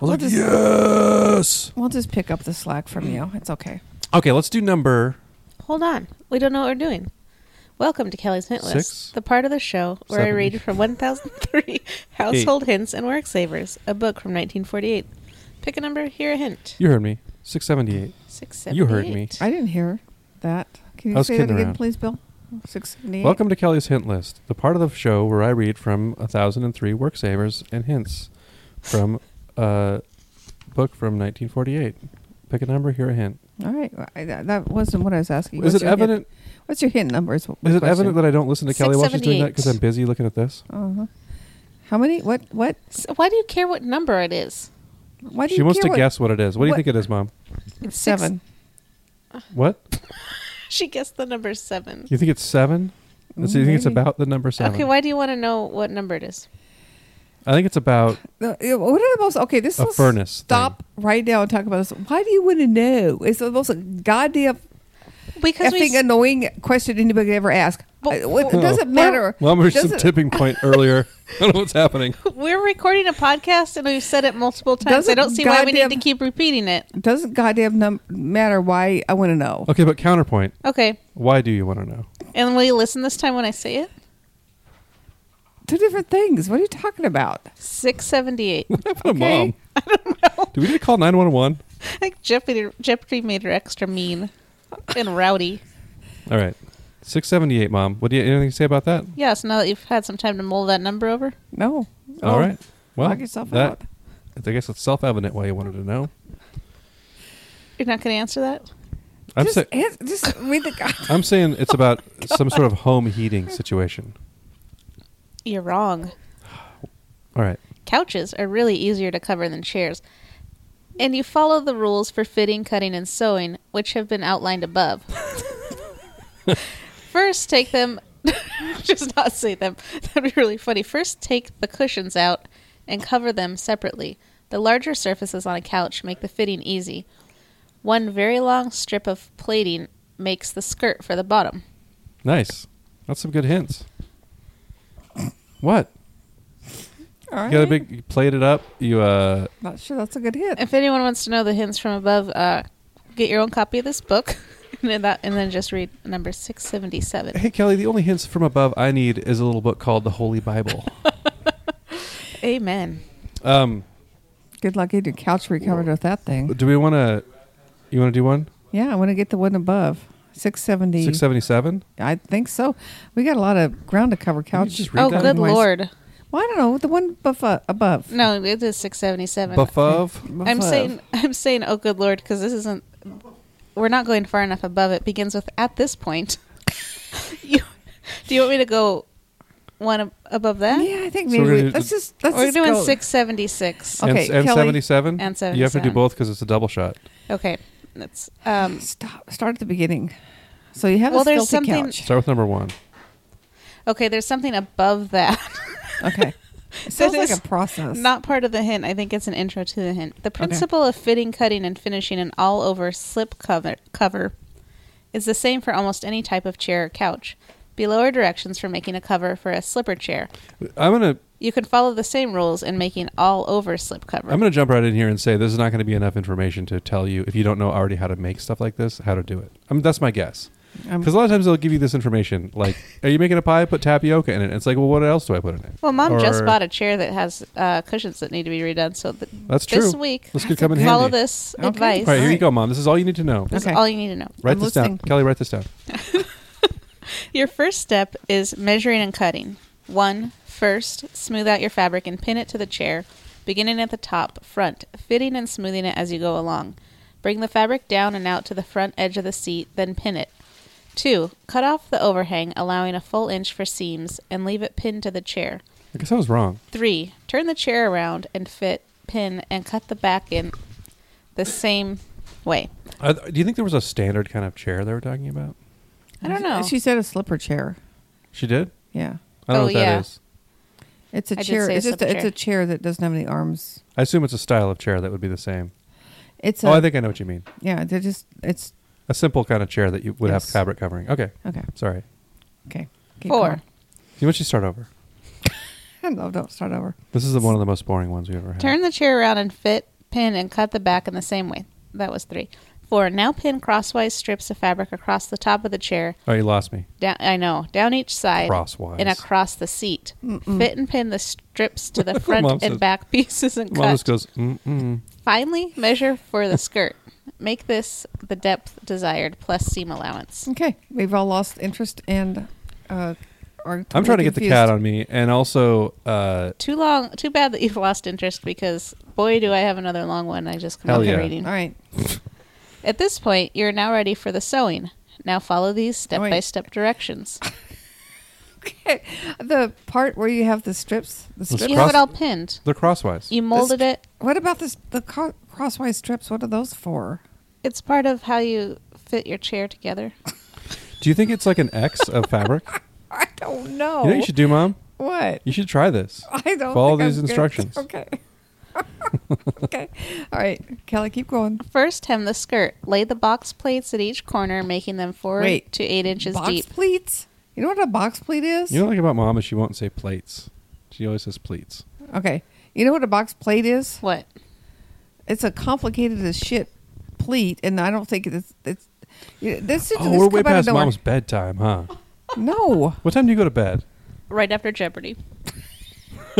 Speaker 1: was like,
Speaker 2: just-
Speaker 1: yes.
Speaker 2: We'll just pick up the slack from you. It's okay.
Speaker 1: Okay, let's do number.
Speaker 3: Hold on. We don't know what we're doing. Welcome to Kelly's Hint List,
Speaker 1: Six?
Speaker 3: the part of the show where I
Speaker 1: Seven.
Speaker 3: read from 1003 Household Hints and Work Savers, a book from 1948. Pick a number, hear a hint.
Speaker 1: You heard me. Six seventy-eight.
Speaker 3: Six,
Speaker 1: You heard me.
Speaker 3: seven,
Speaker 2: I
Speaker 3: eight.
Speaker 2: didn't hear that.
Speaker 1: I
Speaker 2: Can you
Speaker 1: was
Speaker 2: say that
Speaker 1: kidding
Speaker 2: again,
Speaker 1: around.
Speaker 2: please, Bill? Six seventy eight.
Speaker 1: Welcome to Kelly's Hint List, the part of the show where I read from 1003 work savers and hints from a book from 1948. Pick a number, hear a hint.
Speaker 2: All right. I, that, that wasn't what I was asking.
Speaker 1: Is
Speaker 2: What's
Speaker 1: it
Speaker 2: your hint-
Speaker 1: evident?
Speaker 2: What's your hint number? Is,
Speaker 1: Is it evident that I don't listen to Kelly while she's doing that because
Speaker 3: 678.
Speaker 1: I'm busy looking at this?
Speaker 2: uh Uh-huh. How many? What? What?
Speaker 3: So why do you care what number it is?
Speaker 2: Why do
Speaker 1: She
Speaker 2: you
Speaker 1: wants to
Speaker 2: care what-
Speaker 1: guess what it is. What do you
Speaker 2: what-
Speaker 1: think it is, Mom?
Speaker 2: It's seven.
Speaker 1: What?
Speaker 3: She guessed the number seven.
Speaker 1: You think it's seven? Do you think it's
Speaker 2: maybe.
Speaker 1: about the number seven?
Speaker 3: Okay, why do you want to know what number it is?
Speaker 1: I think it's about
Speaker 2: Uh, yeah, What are the most okay? This
Speaker 1: A
Speaker 2: is
Speaker 1: furnace
Speaker 2: Stop right now and talk about this. Why do you want to know? It's the most goddamn
Speaker 3: Because we
Speaker 2: effing
Speaker 3: s-
Speaker 2: annoying question anybody could ever ask.
Speaker 3: Well,
Speaker 2: Uh, what-
Speaker 1: well-
Speaker 2: it doesn't matter.
Speaker 1: Well, there's some
Speaker 2: Doesn't-
Speaker 1: tipping point earlier. I don't know what's happening.
Speaker 3: we're recording a podcast and we've said it multiple times. I
Speaker 2: Doesn't
Speaker 3: don't see why we need to
Speaker 2: goddamn-
Speaker 3: keep repeating it.
Speaker 2: doesn't goddamn num- matter why I want to know.
Speaker 1: Okay, but counterpoint.
Speaker 3: Okay,
Speaker 1: Why do you want to know?
Speaker 3: and will you listen this time when I say it?
Speaker 2: Two different things. What are you talking about?
Speaker 3: Six seventy-eight.
Speaker 1: What happened to Mom? I don't know. Do we need to call nine one one?
Speaker 3: like Jeopardy, Jeopardy made her extra mean and rowdy.
Speaker 1: All right, six seventy eight, Mom. What do you anything to say about that?
Speaker 3: Yeah, so now that you've had some time to mull that number over,
Speaker 2: No.
Speaker 1: All right. Well,
Speaker 2: knock Oh, yourself
Speaker 1: that,
Speaker 2: out.
Speaker 1: I guess it's self evident why you wanted to know.
Speaker 3: you're not going to answer that?
Speaker 1: I'm,
Speaker 2: just,
Speaker 1: sa-
Speaker 2: ans- just read the god.
Speaker 1: I'm saying
Speaker 2: Oh
Speaker 1: it's about some sort of home heating situation.
Speaker 3: You're wrong.
Speaker 1: All right.
Speaker 3: Couches are really easier to cover than chairs. And you follow the rules for fitting, cutting, and sewing, which have been outlined above. First, take them. just not say them. That'd be really funny. First, take the cushions out and cover them separately. The larger surfaces on a couch make the fitting easy. One very long strip of plating makes the skirt for the bottom.
Speaker 1: Nice. That's some good hints. What?
Speaker 2: All right.
Speaker 1: You got a big you played it up. You uh
Speaker 2: Not sure that's a good hit.
Speaker 3: If anyone wants to know the hints from above, uh, get your own copy of this book, and then, that, and then just read number six seventy seven.
Speaker 1: Hey Kelly, the only hints from above I need is a little book called The Holy Bible.
Speaker 3: Amen.
Speaker 1: um
Speaker 2: Good luck getting your couch recovered with that thing.
Speaker 1: do we want to you want to do one?
Speaker 2: Yeah, I want to get the one above. 670.
Speaker 1: 677?
Speaker 2: I think so. We got a lot of ground to cover. Couch.
Speaker 1: just read
Speaker 3: Oh,
Speaker 1: that
Speaker 3: good
Speaker 2: otherwise-
Speaker 3: lord!
Speaker 2: Well, I don't know. The one buffa- above.
Speaker 3: No, it is six seventy seven.
Speaker 1: Buffov?
Speaker 3: I'm
Speaker 2: Above.
Speaker 3: saying, I'm saying, oh, good lord, because this isn't. We're not going far enough above. It begins with at this point. you, do you want me to go one ab- above that?
Speaker 2: Yeah, I think
Speaker 1: So
Speaker 2: maybe.
Speaker 1: we're
Speaker 2: we-
Speaker 1: gonna-
Speaker 2: let's just. Let's
Speaker 3: We're
Speaker 2: just
Speaker 3: doing
Speaker 2: go.
Speaker 3: six seventy six.
Speaker 1: And-
Speaker 2: Okay,
Speaker 1: and,
Speaker 2: Kelly.
Speaker 1: 77?
Speaker 3: And
Speaker 1: You have to do
Speaker 3: 77.
Speaker 1: both cuz it's a double shot.
Speaker 3: Okay, that's um.
Speaker 2: Stop. Start at the beginning. So you have
Speaker 3: Well,
Speaker 2: a
Speaker 3: there's
Speaker 2: filthy
Speaker 3: something-
Speaker 2: couch.
Speaker 1: Start with number 1.
Speaker 3: Okay, there's something above that.
Speaker 2: Okay. It sounds
Speaker 3: This
Speaker 2: like a
Speaker 3: is
Speaker 2: process.
Speaker 3: Not part of the hint. I think it's an intro to the hint. The principle of fitting, cutting, and finishing an all over slip cover, cover is the same for almost any type of chair or couch. Below are directions for making a cover for a slipper chair.
Speaker 1: I'm going to
Speaker 3: You can follow the same rules in making all over slip cover.
Speaker 1: I'm going to jump right in here and say this is not going to be enough information to tell you if you don't know already how to make stuff like this, how to do it. I mean, that's my guess.
Speaker 2: Um,
Speaker 1: Because a lot of times they'll give you this information, like, "Are you making a pie? Put tapioca in it." It's like, well, what else do I put in it?
Speaker 3: well, mom just
Speaker 1: Or-
Speaker 3: bought a chair that has uh, cushions that need to be redone. So th-
Speaker 1: That's true.
Speaker 3: This week,
Speaker 1: This could come in
Speaker 3: follow
Speaker 1: handy.
Speaker 3: this
Speaker 2: Okay.
Speaker 3: advice.
Speaker 1: All right, here you
Speaker 2: Alright.
Speaker 1: go, mom. This is all you need to know.
Speaker 3: This
Speaker 2: Okay.
Speaker 3: is all you need to know.
Speaker 1: Write
Speaker 2: I'm
Speaker 1: this down,
Speaker 2: listening.
Speaker 1: Kelly. Write this down.
Speaker 3: Your first step is measuring and cutting. One, first, smooth out your fabric and pin it to the chair, beginning at the top, front, fitting and smoothing it as you go along. Bring the fabric down and out to the front edge of the seat, then pin it. Two, cut off the overhang, allowing a full inch for seams, and leave it pinned to the chair.
Speaker 1: I guess I was wrong.
Speaker 3: Three, turn the chair around and fit, pin, and cut the back in the same way.
Speaker 1: Uh, do you think there was a standard kind of chair they were talking about?
Speaker 3: I don't know.
Speaker 2: She said a slipper chair.
Speaker 1: She did.
Speaker 2: Yeah.
Speaker 1: I don't know
Speaker 3: Oh,
Speaker 1: what that is.
Speaker 3: yeah.
Speaker 2: It's a
Speaker 3: I did
Speaker 2: chair.
Speaker 3: say
Speaker 2: It's just a,
Speaker 3: slipper
Speaker 2: it's a chair that doesn't have any arms.
Speaker 1: I assume it's a style of chair that would be the same.
Speaker 2: It's a,
Speaker 1: oh, I think I know what you mean.
Speaker 2: yeah. They're just it's
Speaker 1: A simple kind of chair that you would have
Speaker 2: Yes.
Speaker 1: fabric covering. Okay,
Speaker 2: okay.
Speaker 1: sorry.
Speaker 2: Okay. Keep
Speaker 3: Four,
Speaker 1: You want you start over.
Speaker 2: going. No, don't start over.
Speaker 1: This is the, one of the most boring ones we've ever had.
Speaker 3: Turn the chair around and fit, pin, and cut the back in the same way. That was three. Four. Now pin crosswise strips of fabric across the top of the chair.
Speaker 1: Oh, you lost me.
Speaker 3: Down, I know, down each side,
Speaker 1: Crosswise.
Speaker 3: and across the seat. Fit and pin the strips to the front
Speaker 1: Mom
Speaker 3: and
Speaker 1: says-
Speaker 3: back pieces and
Speaker 1: Mom
Speaker 3: cut.
Speaker 1: just goes. Mm-mm.
Speaker 3: Finally, measure for the skirt. Make this the depth desired plus seam allowance.
Speaker 2: Okay. We've all lost interest and uh, are.
Speaker 1: I'm trying to get the
Speaker 2: confused.
Speaker 1: cat on me, and also, uh,
Speaker 3: Too long. Too bad that you've lost interest because boy, do I have another long one. I just come
Speaker 1: Hell
Speaker 3: up
Speaker 1: yeah.
Speaker 3: reading.
Speaker 2: All right.
Speaker 3: At this point, Oh, you're now ready for the sewing. Now follow these step by step directions.
Speaker 2: okay. The part where you have the strips,
Speaker 1: The
Speaker 2: the strips.
Speaker 3: You
Speaker 1: cross-
Speaker 3: have it all pinned.
Speaker 1: They're crosswise.
Speaker 3: You molded
Speaker 2: The
Speaker 3: it.
Speaker 2: stri- What about this? The co- crosswise strips. What are those for?
Speaker 3: It's part of how you fit your chair together.
Speaker 1: Do you think it's like an X of fabric?
Speaker 2: I don't know.
Speaker 1: You know what you should do, Mom?
Speaker 2: What?
Speaker 1: You should try this.
Speaker 2: I don't
Speaker 1: Follow
Speaker 2: think I'm
Speaker 1: these
Speaker 2: good.
Speaker 1: instructions.
Speaker 2: Okay. okay. All right, Kelly, keep going.
Speaker 3: First, hem the skirt. Lay the box plates at each corner, making them four
Speaker 2: Wait.
Speaker 3: to eight inches
Speaker 2: box
Speaker 3: deep.
Speaker 2: pleats. You know what a box pleat is?
Speaker 1: You know what I like about Mom is she won't say plates. She always says pleats.
Speaker 2: okay. You know what a box plate is?
Speaker 3: What?
Speaker 2: It's a complicated as shit pleat, and I don't think it's. it's you- this is
Speaker 1: Oh,
Speaker 2: this
Speaker 1: we're
Speaker 2: come
Speaker 1: way
Speaker 2: out of
Speaker 1: past
Speaker 2: nowhere.
Speaker 1: Mom's bedtime, huh?
Speaker 2: No.
Speaker 1: What time do you go to bed?
Speaker 3: Right after Jeopardy.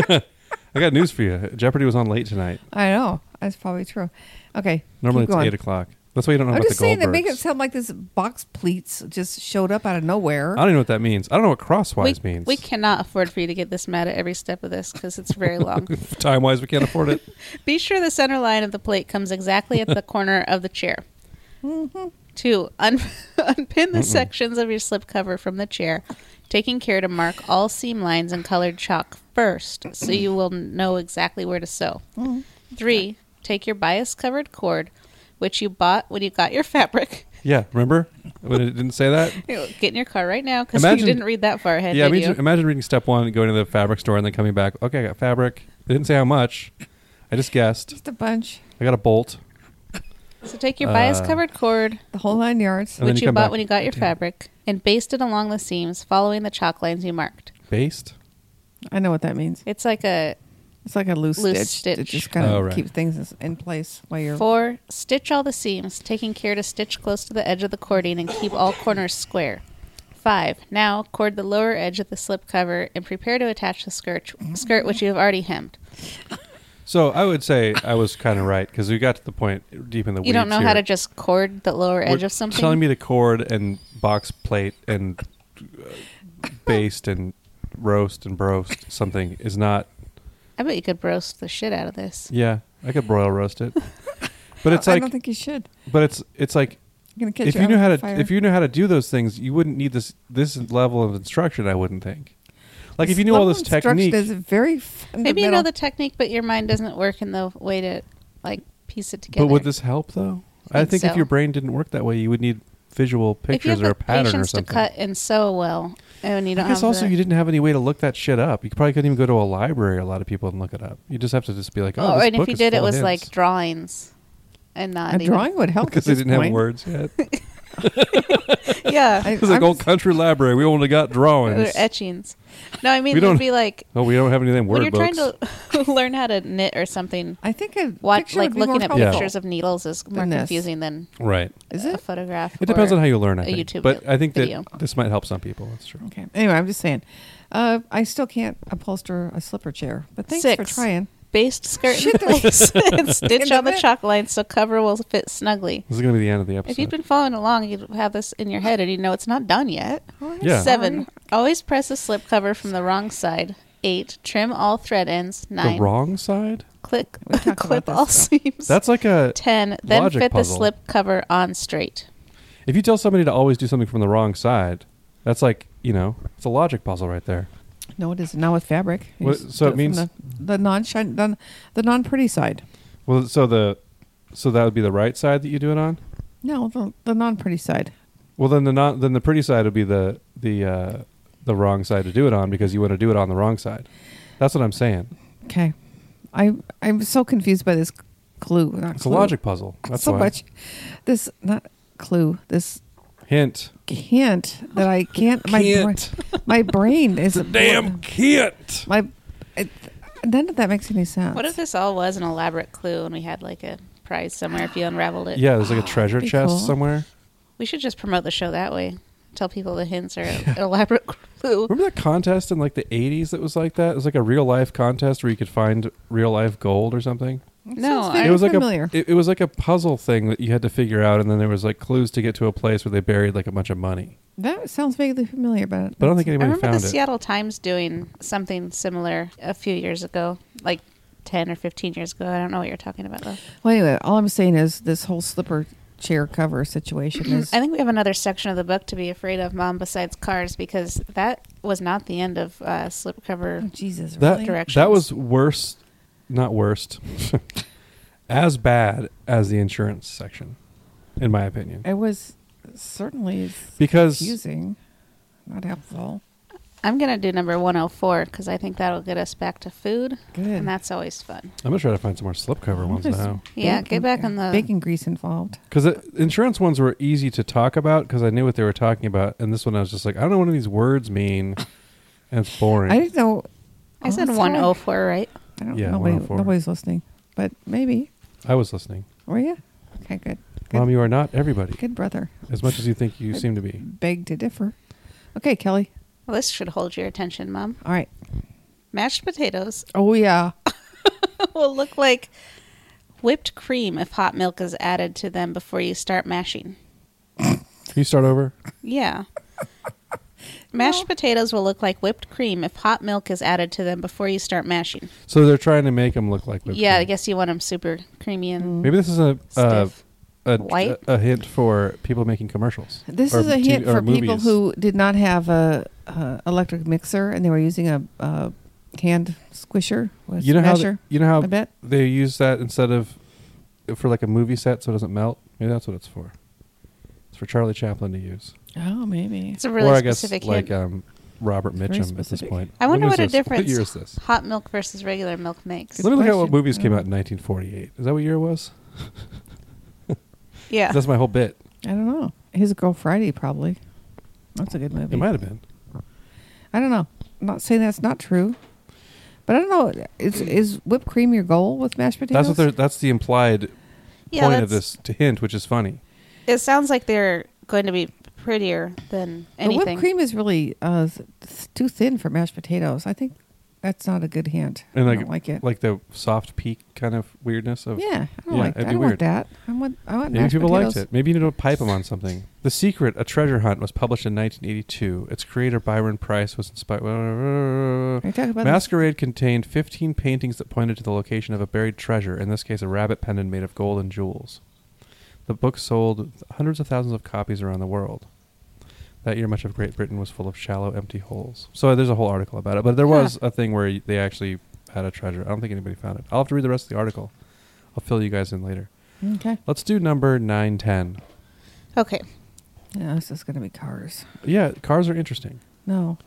Speaker 1: I got news for you. Jeopardy was on late tonight.
Speaker 2: I know. That's probably true. Okay.
Speaker 1: Normally
Speaker 2: keep
Speaker 1: it's
Speaker 2: going.
Speaker 1: eight o'clock. That's why you don't know
Speaker 2: I'm
Speaker 1: about
Speaker 2: just
Speaker 1: the
Speaker 2: saying
Speaker 1: Goldbergs.
Speaker 2: that make it sound like this box pleats just showed up out of nowhere.
Speaker 1: I don't even know what that means. I don't know what
Speaker 3: We,
Speaker 1: crosswise means.
Speaker 3: we cannot afford for you to get this mad at every step of this because it's very long.
Speaker 1: Time wise, we can't afford it.
Speaker 3: Be sure the center line of the plate comes exactly at the corner of the chair.
Speaker 1: Mm-hmm.
Speaker 3: Two, un- unpin the sections of your slipcover from the chair, taking care to mark all seam lines in colored chalk first so you will know exactly where to sew.
Speaker 1: Mm-hmm.
Speaker 3: Three, take your bias covered cord, which you bought when you got your fabric.
Speaker 1: Yeah, remember when it didn't say that?
Speaker 3: Get in your car right now because you
Speaker 1: Imagine-
Speaker 3: didn't read that far ahead,
Speaker 1: yeah,
Speaker 3: did
Speaker 1: imagine,
Speaker 3: you?
Speaker 1: imagine reading step one, going to the fabric store, and then coming back. Okay, I got fabric. They didn't say how much. I just guessed.
Speaker 2: Just a bunch.
Speaker 1: I got a bolt.
Speaker 3: So take your bias covered cord,
Speaker 2: The
Speaker 1: Oh.
Speaker 2: whole nine yards.
Speaker 1: And uh, then
Speaker 3: which
Speaker 1: you
Speaker 3: you
Speaker 1: come
Speaker 3: bought
Speaker 1: back-
Speaker 3: when you got your fabric, and baste it along the seams following the chalk lines you marked.
Speaker 1: Based?
Speaker 2: I know what that means.
Speaker 3: It's like a
Speaker 2: It's like a loose,
Speaker 3: Loose
Speaker 2: stitch. It
Speaker 3: stitch.
Speaker 2: just kind of
Speaker 1: Oh, right.
Speaker 2: keeps things is- in place while you're.
Speaker 3: four. Stitch all the seams, taking care to stitch close to the edge of the cording and keep all corners square. Five. Now cord the lower edge of the slip cover and prepare to attach the skirt, skirt which you have already hemmed.
Speaker 1: So I would say I was kind of right because we got to the point deep in the
Speaker 3: You don't
Speaker 1: weeds
Speaker 3: know how
Speaker 1: here.
Speaker 3: to just cord the lower edge
Speaker 1: We're
Speaker 3: of something.
Speaker 1: Telling me to cord and box plate and uh, baste and roast and broast something is not.
Speaker 3: I bet you could roast the shit out of this.
Speaker 1: Yeah, I could broil roast it, but it's
Speaker 2: I
Speaker 1: like,
Speaker 2: don't think you should.
Speaker 1: but it's it's like
Speaker 2: You're gonna catch
Speaker 1: if
Speaker 2: your
Speaker 1: you knew
Speaker 2: own
Speaker 1: how to
Speaker 2: fire.
Speaker 1: if you knew how to do those things, you wouldn't need this this level of instruction. I wouldn't think. Like if you knew all
Speaker 2: Level
Speaker 1: this
Speaker 2: instruction
Speaker 1: technique,
Speaker 2: is very
Speaker 3: Maybe you
Speaker 2: fundamental.
Speaker 3: know the technique, but your mind doesn't work in the way to like piece it together.
Speaker 1: but would this help though? I think,
Speaker 3: Think
Speaker 1: if
Speaker 3: so.
Speaker 1: your brain didn't work that way, you would need visual
Speaker 3: if you
Speaker 1: pictures
Speaker 3: have
Speaker 1: or a
Speaker 3: the
Speaker 1: pattern or
Speaker 3: patience to
Speaker 1: something.
Speaker 3: cut and sew well, and you don't
Speaker 1: I guess
Speaker 3: have
Speaker 1: also
Speaker 3: the-
Speaker 1: you didn't have any way to look that shit up. You probably couldn't even go to a library. A lot of people and look it up. You just have to just be like, oh,
Speaker 3: Oh,
Speaker 1: this
Speaker 3: and
Speaker 1: book
Speaker 3: if you
Speaker 1: is
Speaker 3: did,
Speaker 1: full
Speaker 3: it
Speaker 1: of
Speaker 3: was
Speaker 1: hints.
Speaker 3: like drawings, and not
Speaker 2: a
Speaker 3: even-
Speaker 2: drawing would help
Speaker 1: because
Speaker 2: because
Speaker 1: they didn't have words yet. It
Speaker 3: yeah,
Speaker 2: I,
Speaker 1: was like
Speaker 2: I'm
Speaker 1: old
Speaker 2: just-
Speaker 1: country library. We only got
Speaker 3: or
Speaker 1: drawings.
Speaker 3: etchings. No, I mean
Speaker 1: We don't-
Speaker 3: it'd be like
Speaker 1: Oh, we don't have anything word
Speaker 3: when you're
Speaker 1: books.
Speaker 3: trying to learn how to knit or something.
Speaker 2: I think a
Speaker 3: Watch
Speaker 2: picture
Speaker 3: like
Speaker 2: would be more
Speaker 3: looking at
Speaker 2: helpful.
Speaker 3: pictures of needles is more
Speaker 2: Than this.
Speaker 3: confusing than
Speaker 1: right.
Speaker 2: Is
Speaker 3: a
Speaker 2: it
Speaker 3: photograph.
Speaker 1: It depends
Speaker 3: or
Speaker 1: on how you learn. I
Speaker 3: a
Speaker 1: think,
Speaker 3: YouTube
Speaker 1: but I think
Speaker 3: video.
Speaker 1: that this might help some people. That's true.
Speaker 2: okay? Anyway, I'm just saying. Uh, I still can't upholster a slipper chair, but thanks for
Speaker 3: Six.
Speaker 2: trying.
Speaker 3: Based skirt in
Speaker 2: Shit,
Speaker 3: place and
Speaker 2: In
Speaker 3: stitch
Speaker 2: the
Speaker 3: on the
Speaker 2: bit.
Speaker 3: chalk line so cover will fit snugly.
Speaker 1: This is going to be the end of the episode.
Speaker 3: If you've been following along, you'd have this in your head and you know it's not done yet.
Speaker 2: Oh,
Speaker 1: Yeah.
Speaker 3: Seven, always press the slip cover from the wrong side. Eight, trim all thread ends. Nine,
Speaker 1: the wrong side?
Speaker 3: click,
Speaker 2: We talked
Speaker 3: clip
Speaker 2: about
Speaker 3: all
Speaker 2: this,
Speaker 3: seams.
Speaker 1: That's like a.
Speaker 3: ten. Then
Speaker 1: logic
Speaker 3: fit
Speaker 1: puzzle.
Speaker 3: the slip cover on straight.
Speaker 1: If you tell somebody to always do something from the wrong side, that's like you know, it's a logic puzzle right there.
Speaker 2: No, it isn't. Now with fabric. You
Speaker 1: What-
Speaker 2: just
Speaker 1: so
Speaker 2: do
Speaker 1: it
Speaker 2: from
Speaker 1: means-
Speaker 2: the, the non shine, the, the non pretty side.
Speaker 1: Well, so the, so that would be the right side that you do it on.
Speaker 2: No, the, the non pretty side.
Speaker 1: Well, then the not then the pretty side would be the the uh, the wrong side to do it on because you want to do it on the wrong side. That's what I'm saying.
Speaker 2: Okay, I I'm so confused by this clue. Not
Speaker 1: It's
Speaker 2: clue.
Speaker 1: a logic puzzle. That's
Speaker 2: so
Speaker 1: why.
Speaker 2: much. This not clue. This
Speaker 1: Hint.
Speaker 2: hint that I can't. My
Speaker 1: Can't.
Speaker 2: Brain, my brain is
Speaker 1: Kent.
Speaker 2: my. It, none of that makes any sense.
Speaker 3: What if this all was an elaborate clue and we had like a prize somewhere if you unraveled it?
Speaker 1: Yeah, there's like a treasure
Speaker 2: Be
Speaker 1: chest
Speaker 2: cool.
Speaker 1: somewhere.
Speaker 3: We should just promote the show that way. Tell people the hints are an elaborate clue.
Speaker 1: Remember that contest in like the 80s that was like that? It was like a real life contest where you could find real life gold or something.
Speaker 3: No,
Speaker 2: sounds
Speaker 3: I-
Speaker 1: it was like
Speaker 2: familiar.
Speaker 1: a it, it was like a puzzle thing that you had to figure out, and then there was like clues to get to a place where they buried like a bunch of money.
Speaker 2: That sounds vaguely familiar, but
Speaker 1: But I don't think
Speaker 3: I
Speaker 1: anybody
Speaker 3: remember the
Speaker 1: found it.
Speaker 3: Seattle Times doing something similar a few years ago, like 10 or 15 years ago. I don't know what you're talking about, though.
Speaker 2: Well, anyway, all I'm saying is this whole slipper chair cover situation is.
Speaker 3: I think we have another section of the book to be afraid of, Mom, besides cars, because that was not the end of uh,
Speaker 2: Oh,
Speaker 3: slipcover.
Speaker 2: Jesus,
Speaker 1: that
Speaker 2: really?
Speaker 3: Directions.
Speaker 1: that was worse, not worst, as bad as the insurance section, in my opinion.
Speaker 2: it was certainly it's
Speaker 1: Because-
Speaker 2: confusing, not helpful.
Speaker 3: I'm going to do number 104 because I think that'll get us back to food.
Speaker 2: Good.
Speaker 3: And that's always fun.
Speaker 1: I'm gonna try to find some more slipcover ones
Speaker 2: There's
Speaker 1: now.
Speaker 3: Yeah,
Speaker 2: bacon-
Speaker 3: get back on the-
Speaker 2: bacon grease involved.
Speaker 1: Because insurance ones were easy to talk about because I knew what they were talking about, and this one I was just like, I don't know what any of these words mean, and it's boring.
Speaker 2: I didn't know.
Speaker 3: I said
Speaker 2: Oh, sorry.
Speaker 3: 104, right?
Speaker 2: I don't.
Speaker 1: Yeah,
Speaker 2: nobody,
Speaker 1: 104.
Speaker 2: nobody's listening, but maybe.
Speaker 1: I was listening,
Speaker 2: Were you? Okay, good. Good,
Speaker 1: Mom. You are not everybody,
Speaker 2: good brother.
Speaker 1: as much as you think you seem to be.
Speaker 2: Beg to differ. Okay, Kelly.
Speaker 3: Well, this should hold your attention, Mom.
Speaker 2: All right.
Speaker 3: Mashed potatoes
Speaker 2: Oh yeah.
Speaker 3: will look like whipped cream if hot milk is added to them before you start mashing.
Speaker 1: Can you start over?
Speaker 3: Yeah. Mashed potatoes will look like whipped cream if hot milk is added to them before you start mashing.
Speaker 1: So they're trying to make them look like whipped
Speaker 3: yeah, I
Speaker 1: cream.
Speaker 3: guess you want them super creamy and
Speaker 1: Maybe this is a uh,
Speaker 3: stiff.
Speaker 1: a,
Speaker 3: White?
Speaker 1: a hint for people making commercials.
Speaker 2: This
Speaker 1: Or
Speaker 2: is a
Speaker 1: t-
Speaker 2: hint
Speaker 1: or
Speaker 2: for people
Speaker 1: movies.
Speaker 2: who did not have a, uh electric mixer and they were using a, a hand squisher. With
Speaker 1: you know how
Speaker 2: measure.
Speaker 1: th- you know how
Speaker 2: I bet.
Speaker 1: they use that instead of for like a movie set so it doesn't melt. Maybe that's what it's for. It's for Charlie Chaplin to use,
Speaker 2: Oh, maybe.
Speaker 3: It's a really
Speaker 1: or I guess
Speaker 3: specific
Speaker 1: like
Speaker 3: hint.
Speaker 1: um, Robert
Speaker 2: very
Speaker 1: Mitchum at this
Speaker 2: specific.
Speaker 1: point.
Speaker 3: I wonder
Speaker 1: When
Speaker 3: what a
Speaker 1: is this?
Speaker 3: difference
Speaker 1: What year is this?
Speaker 3: hot milk versus regular milk makes.
Speaker 1: Let me look at what
Speaker 2: question.
Speaker 1: movies came
Speaker 2: Oh.
Speaker 3: Mm.
Speaker 1: out in 1948. Is that what year it was?
Speaker 3: Yeah.
Speaker 1: That's my whole bit.
Speaker 2: I don't know. His Girl Friday probably. That's a good movie.
Speaker 1: It might have been.
Speaker 2: I don't know. I'm not saying that's not true, but I don't know. Is is whipped cream your goal with mashed potatoes?
Speaker 1: That's what they're. That's the implied
Speaker 3: Yeah,
Speaker 1: point of
Speaker 3: that's-
Speaker 1: this to hint, which is funny.
Speaker 3: It sounds like they're going to be prettier than
Speaker 2: The
Speaker 3: anything.
Speaker 2: whipped cream is really uh, th- it's too thin for mashed potatoes. I think that's not a good hint.
Speaker 1: And
Speaker 2: I
Speaker 1: like,
Speaker 2: don't like it.
Speaker 1: like the soft peak kind of weirdness of
Speaker 2: yeah, I don't
Speaker 1: Yeah,
Speaker 2: like.
Speaker 1: it'd
Speaker 2: That. I
Speaker 1: be
Speaker 2: don't
Speaker 1: weird.
Speaker 2: want that. I want. I want
Speaker 1: Maybe
Speaker 2: mashed
Speaker 1: people
Speaker 2: potatoes.
Speaker 1: liked it. Maybe you need to pipe them on something. The Secret, A Treasure Hunt, was published in 1982. Its creator, Byron Price, was inspired.
Speaker 2: Are you talking about this-
Speaker 1: Masquerade contained 15 paintings that pointed to the location of a buried treasure, in this case, a rabbit pendant made of gold and jewels. The book sold hundreds of thousands of copies around the world. That year, much of Great Britain was full of shallow, empty holes. So uh, there's a whole article about it. But there was a thing where they actually had a treasure. I don't think anybody found it. I'll have to read the rest of the article. I'll fill you guys in later.
Speaker 2: Okay.
Speaker 1: Let's do number 910.
Speaker 3: Okay.
Speaker 2: Yeah, this is going to be cars.
Speaker 1: Yeah, cars are interesting.
Speaker 2: No.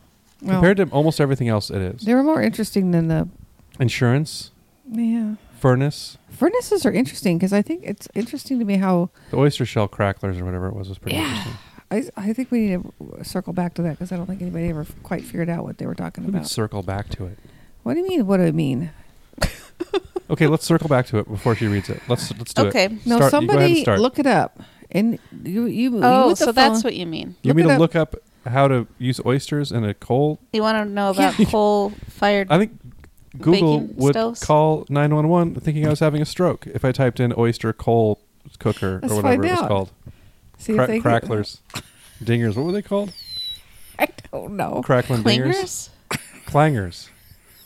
Speaker 2: Well,
Speaker 1: Compared to almost everything else, it is.
Speaker 2: they were more interesting than the.
Speaker 1: Insurance,
Speaker 2: Yeah.
Speaker 1: furnace,
Speaker 2: Furnaces are interesting because I think it's interesting to me how.
Speaker 1: the oyster shell cracklers or whatever it was was pretty
Speaker 2: Yeah.
Speaker 1: interesting.
Speaker 2: I, I think we need to circle back to that because I don't think anybody ever quite figured out what they were talking
Speaker 1: We can
Speaker 2: about.
Speaker 1: circle back to it.
Speaker 2: What do you mean? What do I mean?
Speaker 1: Okay, let's circle back to it before she reads it. Let's let's do
Speaker 3: Okay.
Speaker 1: it.
Speaker 2: No,
Speaker 1: Start- you go ahead and
Speaker 2: somebody
Speaker 1: start.
Speaker 2: look it up. And you, you, you
Speaker 3: Oh,
Speaker 2: with the
Speaker 3: so that's
Speaker 2: phone-
Speaker 3: what you mean.
Speaker 1: You
Speaker 2: look
Speaker 1: mean
Speaker 2: it
Speaker 1: to
Speaker 2: up.
Speaker 1: look up how to use oysters in a coal?
Speaker 3: You want to know about
Speaker 2: Yeah.
Speaker 3: coal fired.
Speaker 1: I think Google
Speaker 3: Baking
Speaker 1: would
Speaker 3: stoves?
Speaker 1: call nine one one thinking I was having a stroke if I typed in oyster coal cooker
Speaker 2: Let's
Speaker 1: or whatever
Speaker 2: find
Speaker 1: it was
Speaker 2: out.
Speaker 1: called.
Speaker 2: See if
Speaker 1: Cra-
Speaker 2: they-
Speaker 1: cracklers, dingers. What were they called?
Speaker 2: I don't know.
Speaker 1: Crackling dingers,
Speaker 3: Clangers?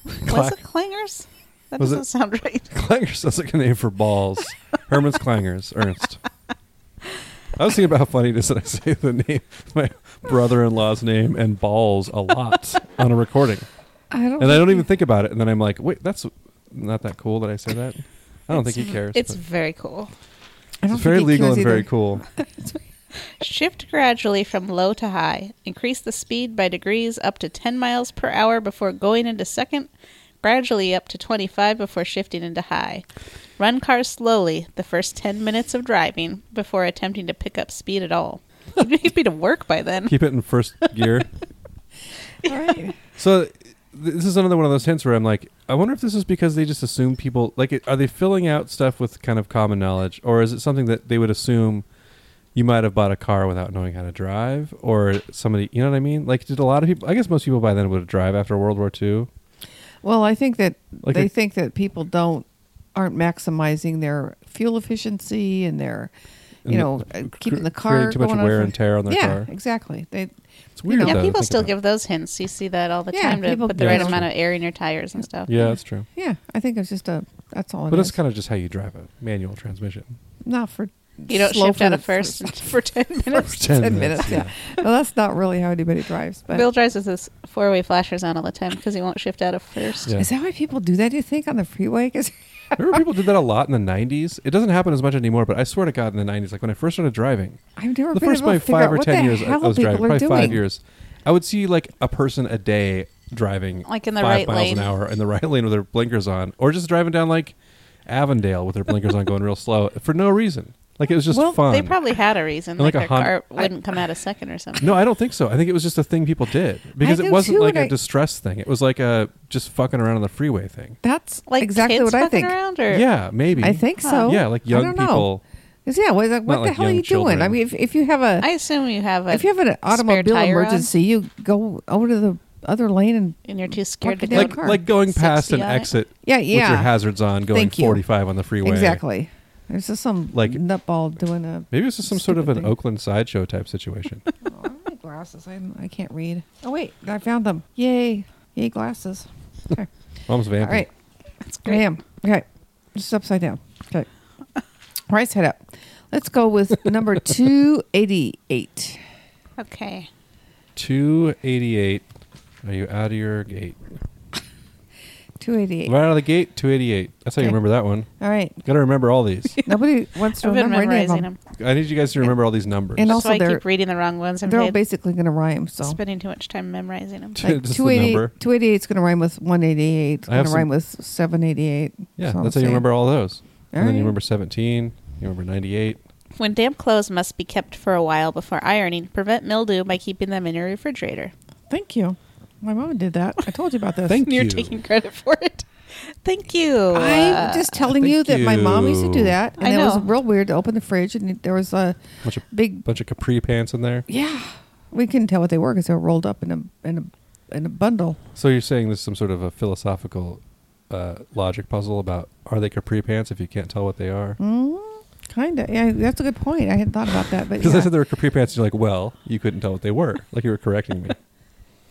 Speaker 1: clangers.
Speaker 3: Was it clangers? That
Speaker 1: Was
Speaker 3: doesn't
Speaker 1: it-
Speaker 3: sound right.
Speaker 1: Clangers sounds like a name for balls. Herman's Clangers, Ernst. I was thinking about how funny it is that I say the name, my brother-in-law's name, and balls a lot on a recording,
Speaker 2: I don't.
Speaker 1: and I don't even think about it. And then I'm like, wait, that's not that cool that I say that. I don't think he cares.
Speaker 3: It's
Speaker 1: but-
Speaker 3: very cool.
Speaker 2: I don't
Speaker 1: it's very
Speaker 2: think it
Speaker 1: legal
Speaker 2: cares
Speaker 1: and very
Speaker 2: either.
Speaker 1: cool.
Speaker 3: Shift gradually from low to high. Increase the speed by degrees up to 10 miles per hour before going into second, gradually up to 25 before shifting into high. Run cars slowly the first 10 minutes of driving before attempting to pick up speed at all. You'd be to work by then.
Speaker 1: Keep it in first gear.
Speaker 2: All right.
Speaker 1: So th- this is another one of those hints where I'm like, I wonder if this is because they just assume people like, it, are they filling out stuff with kind of common knowledge, or is it something that they would assume you might have bought a car without knowing how to drive, or somebody, you know what I mean? Like, did a lot of people? I guess most people by then would drive after World War II.
Speaker 2: Well, I think that
Speaker 1: Like
Speaker 2: they
Speaker 1: a-
Speaker 2: think that people don't aren't maximizing their fuel efficiency and their, you
Speaker 1: And
Speaker 2: know,
Speaker 1: the-
Speaker 2: uh,
Speaker 1: cr-
Speaker 2: keeping
Speaker 1: creating
Speaker 2: the car
Speaker 1: too much
Speaker 2: going on
Speaker 1: wear
Speaker 2: for-
Speaker 1: and tear on their
Speaker 2: yeah,
Speaker 1: car.
Speaker 2: exactly. They.
Speaker 1: It's weird.
Speaker 2: know.
Speaker 1: though,
Speaker 3: Yeah,
Speaker 1: to
Speaker 3: people
Speaker 1: think
Speaker 3: still
Speaker 1: about.
Speaker 3: give those hints. You see that all the
Speaker 2: Yeah,
Speaker 3: time to
Speaker 2: people
Speaker 3: put the
Speaker 1: do.
Speaker 3: right
Speaker 1: Yeah,
Speaker 3: amount
Speaker 1: that's
Speaker 3: of air in your tires and stuff.
Speaker 1: Yeah, that's true.
Speaker 2: Yeah, I think it's just a. That's all.
Speaker 1: But it's kind of just how you drive a manual transmission.
Speaker 2: of not for
Speaker 3: You don't
Speaker 2: slow
Speaker 3: shift
Speaker 2: for
Speaker 3: out of
Speaker 2: the
Speaker 3: first for 10 minutes.
Speaker 2: 10, minutes. Yeah. well, that's not really how anybody drives. But
Speaker 3: Bill drives with his four way flashers on all the time because he won't shift out of first.
Speaker 1: Yeah.
Speaker 2: is that why people do that? Do you think on the freeway? Because
Speaker 1: Remember, people did that a lot in the '90s. It doesn't happen as much anymore, but I swear to God, in the '90s, like when I first started driving,
Speaker 2: I've never
Speaker 1: the
Speaker 2: been
Speaker 1: first
Speaker 2: able to
Speaker 1: like
Speaker 2: figure
Speaker 1: five
Speaker 2: out
Speaker 1: or
Speaker 2: what
Speaker 1: ten
Speaker 2: the
Speaker 1: years I- I
Speaker 2: hell
Speaker 1: was
Speaker 2: people
Speaker 1: driving,
Speaker 2: are
Speaker 1: probably five
Speaker 2: doing.
Speaker 1: years, I would see like a person a day driving
Speaker 3: Like in the
Speaker 1: five
Speaker 3: right
Speaker 1: miles
Speaker 3: lane.
Speaker 1: an hour in the right lane with their blinkers on, or just driving down like Avondale with their blinkers on, going real slow for no reason. Like it was just
Speaker 2: Well,
Speaker 1: fun.
Speaker 3: They probably had a reason.
Speaker 1: And
Speaker 3: Like,
Speaker 1: like
Speaker 3: their
Speaker 1: a Hon-
Speaker 3: car wouldn't come out a second or something.
Speaker 1: No, I don't think so. I think it was just a thing people did because
Speaker 2: do
Speaker 1: it wasn't
Speaker 2: too,
Speaker 1: like
Speaker 2: and
Speaker 1: a
Speaker 2: I-
Speaker 1: distress thing. It was like a just fucking around on the freeway thing.
Speaker 2: That's
Speaker 3: Like
Speaker 2: exactly
Speaker 3: kids
Speaker 2: what I
Speaker 3: fucking
Speaker 2: think.
Speaker 3: Around or
Speaker 1: Yeah, maybe.
Speaker 2: I think
Speaker 3: Huh.
Speaker 2: so.
Speaker 1: Yeah, like young
Speaker 2: I don't
Speaker 1: people.
Speaker 2: Know. 'Cause, Yeah, what, like, what
Speaker 1: Not
Speaker 2: the
Speaker 1: like
Speaker 2: hell are
Speaker 1: young
Speaker 2: you doing? I
Speaker 1: children.
Speaker 2: mean, if, if you have a
Speaker 3: I assume you have a.
Speaker 2: if you have an
Speaker 3: spare
Speaker 2: automobile
Speaker 3: tire on
Speaker 2: emergency, you go over to the other lane and
Speaker 3: and you're too scared to
Speaker 2: Walking
Speaker 3: go.
Speaker 2: down
Speaker 1: Like
Speaker 2: car.
Speaker 1: like going
Speaker 3: 60
Speaker 1: past an
Speaker 3: on it.
Speaker 1: exit.
Speaker 2: Yeah,
Speaker 1: With
Speaker 2: yeah.
Speaker 1: your hazards on, going
Speaker 2: Thank you.
Speaker 1: 45 on the freeway.
Speaker 2: exactly. There's just some
Speaker 1: Like-
Speaker 2: like nutball doing a.
Speaker 1: Maybe this is some sort of
Speaker 2: Stupid
Speaker 1: an
Speaker 2: thing.
Speaker 1: Oakland sideshow type situation.
Speaker 2: Oh, I don't need glasses. I, I can't read. Oh wait, I found them. Yay! Yay glasses. Okay.
Speaker 1: Mom's vamping.
Speaker 2: All right.
Speaker 3: That's
Speaker 2: I
Speaker 3: great.
Speaker 2: am. Okay. Just upside down. Okay. Right side up. Let's go with number 288.
Speaker 3: Okay.
Speaker 1: 288. Are you out of your gate?
Speaker 2: 288.
Speaker 1: Right out of the gate, 288. That's how you
Speaker 2: Okay.
Speaker 1: remember that one.
Speaker 2: All right.
Speaker 1: Got to remember all these.
Speaker 2: Nobody wants to
Speaker 3: I've been
Speaker 2: remember any of
Speaker 3: memorizing
Speaker 2: them.
Speaker 3: them.
Speaker 1: I need you guys to remember all these numbers.
Speaker 2: And
Speaker 3: That's
Speaker 2: also
Speaker 3: why I
Speaker 2: they're-
Speaker 3: keep reading the wrong ones. I'm
Speaker 2: They're all
Speaker 3: really
Speaker 2: basically going to rhyme. So
Speaker 3: spending too much time memorizing them.
Speaker 1: Just the
Speaker 2: 288
Speaker 1: number.
Speaker 2: 288 is going to rhyme with 188. It's
Speaker 1: I have
Speaker 2: going to rhyme
Speaker 1: some-
Speaker 2: with 788.
Speaker 1: yeah,
Speaker 2: So I'm
Speaker 1: that's how you
Speaker 2: saying-
Speaker 1: remember all those. and then
Speaker 2: Alright.
Speaker 1: you remember 17. You remember 98.
Speaker 3: When damp clothes must be kept for a while before ironing, prevent mildew by keeping them in your refrigerator.
Speaker 2: Thank you. My mom did that. I told you about this.
Speaker 1: Thank
Speaker 3: You're
Speaker 1: you.
Speaker 3: taking credit for it. Thank you. Uh,
Speaker 2: I'm just telling you
Speaker 1: Thank
Speaker 2: that my mom used to do
Speaker 1: you.
Speaker 2: that, and
Speaker 3: I
Speaker 2: it was
Speaker 3: know.
Speaker 2: real weird to open the fridge, and there was a
Speaker 1: Bunch of
Speaker 2: big
Speaker 1: bunch of capri pants in there.
Speaker 2: Yeah, we couldn't tell what they were because they were rolled up in a in a in a bundle.
Speaker 1: So you're saying there's some sort of a philosophical uh, logic puzzle about are they capri pants if you can't tell what they are?
Speaker 2: Hmm. Mm-hmm. Kinda. Yeah, that's a good point. I hadn't thought about that, but
Speaker 1: Because I
Speaker 2: yeah.
Speaker 1: said they were capri pants, and you're like, well, you couldn't tell what they were. Like you were correcting me.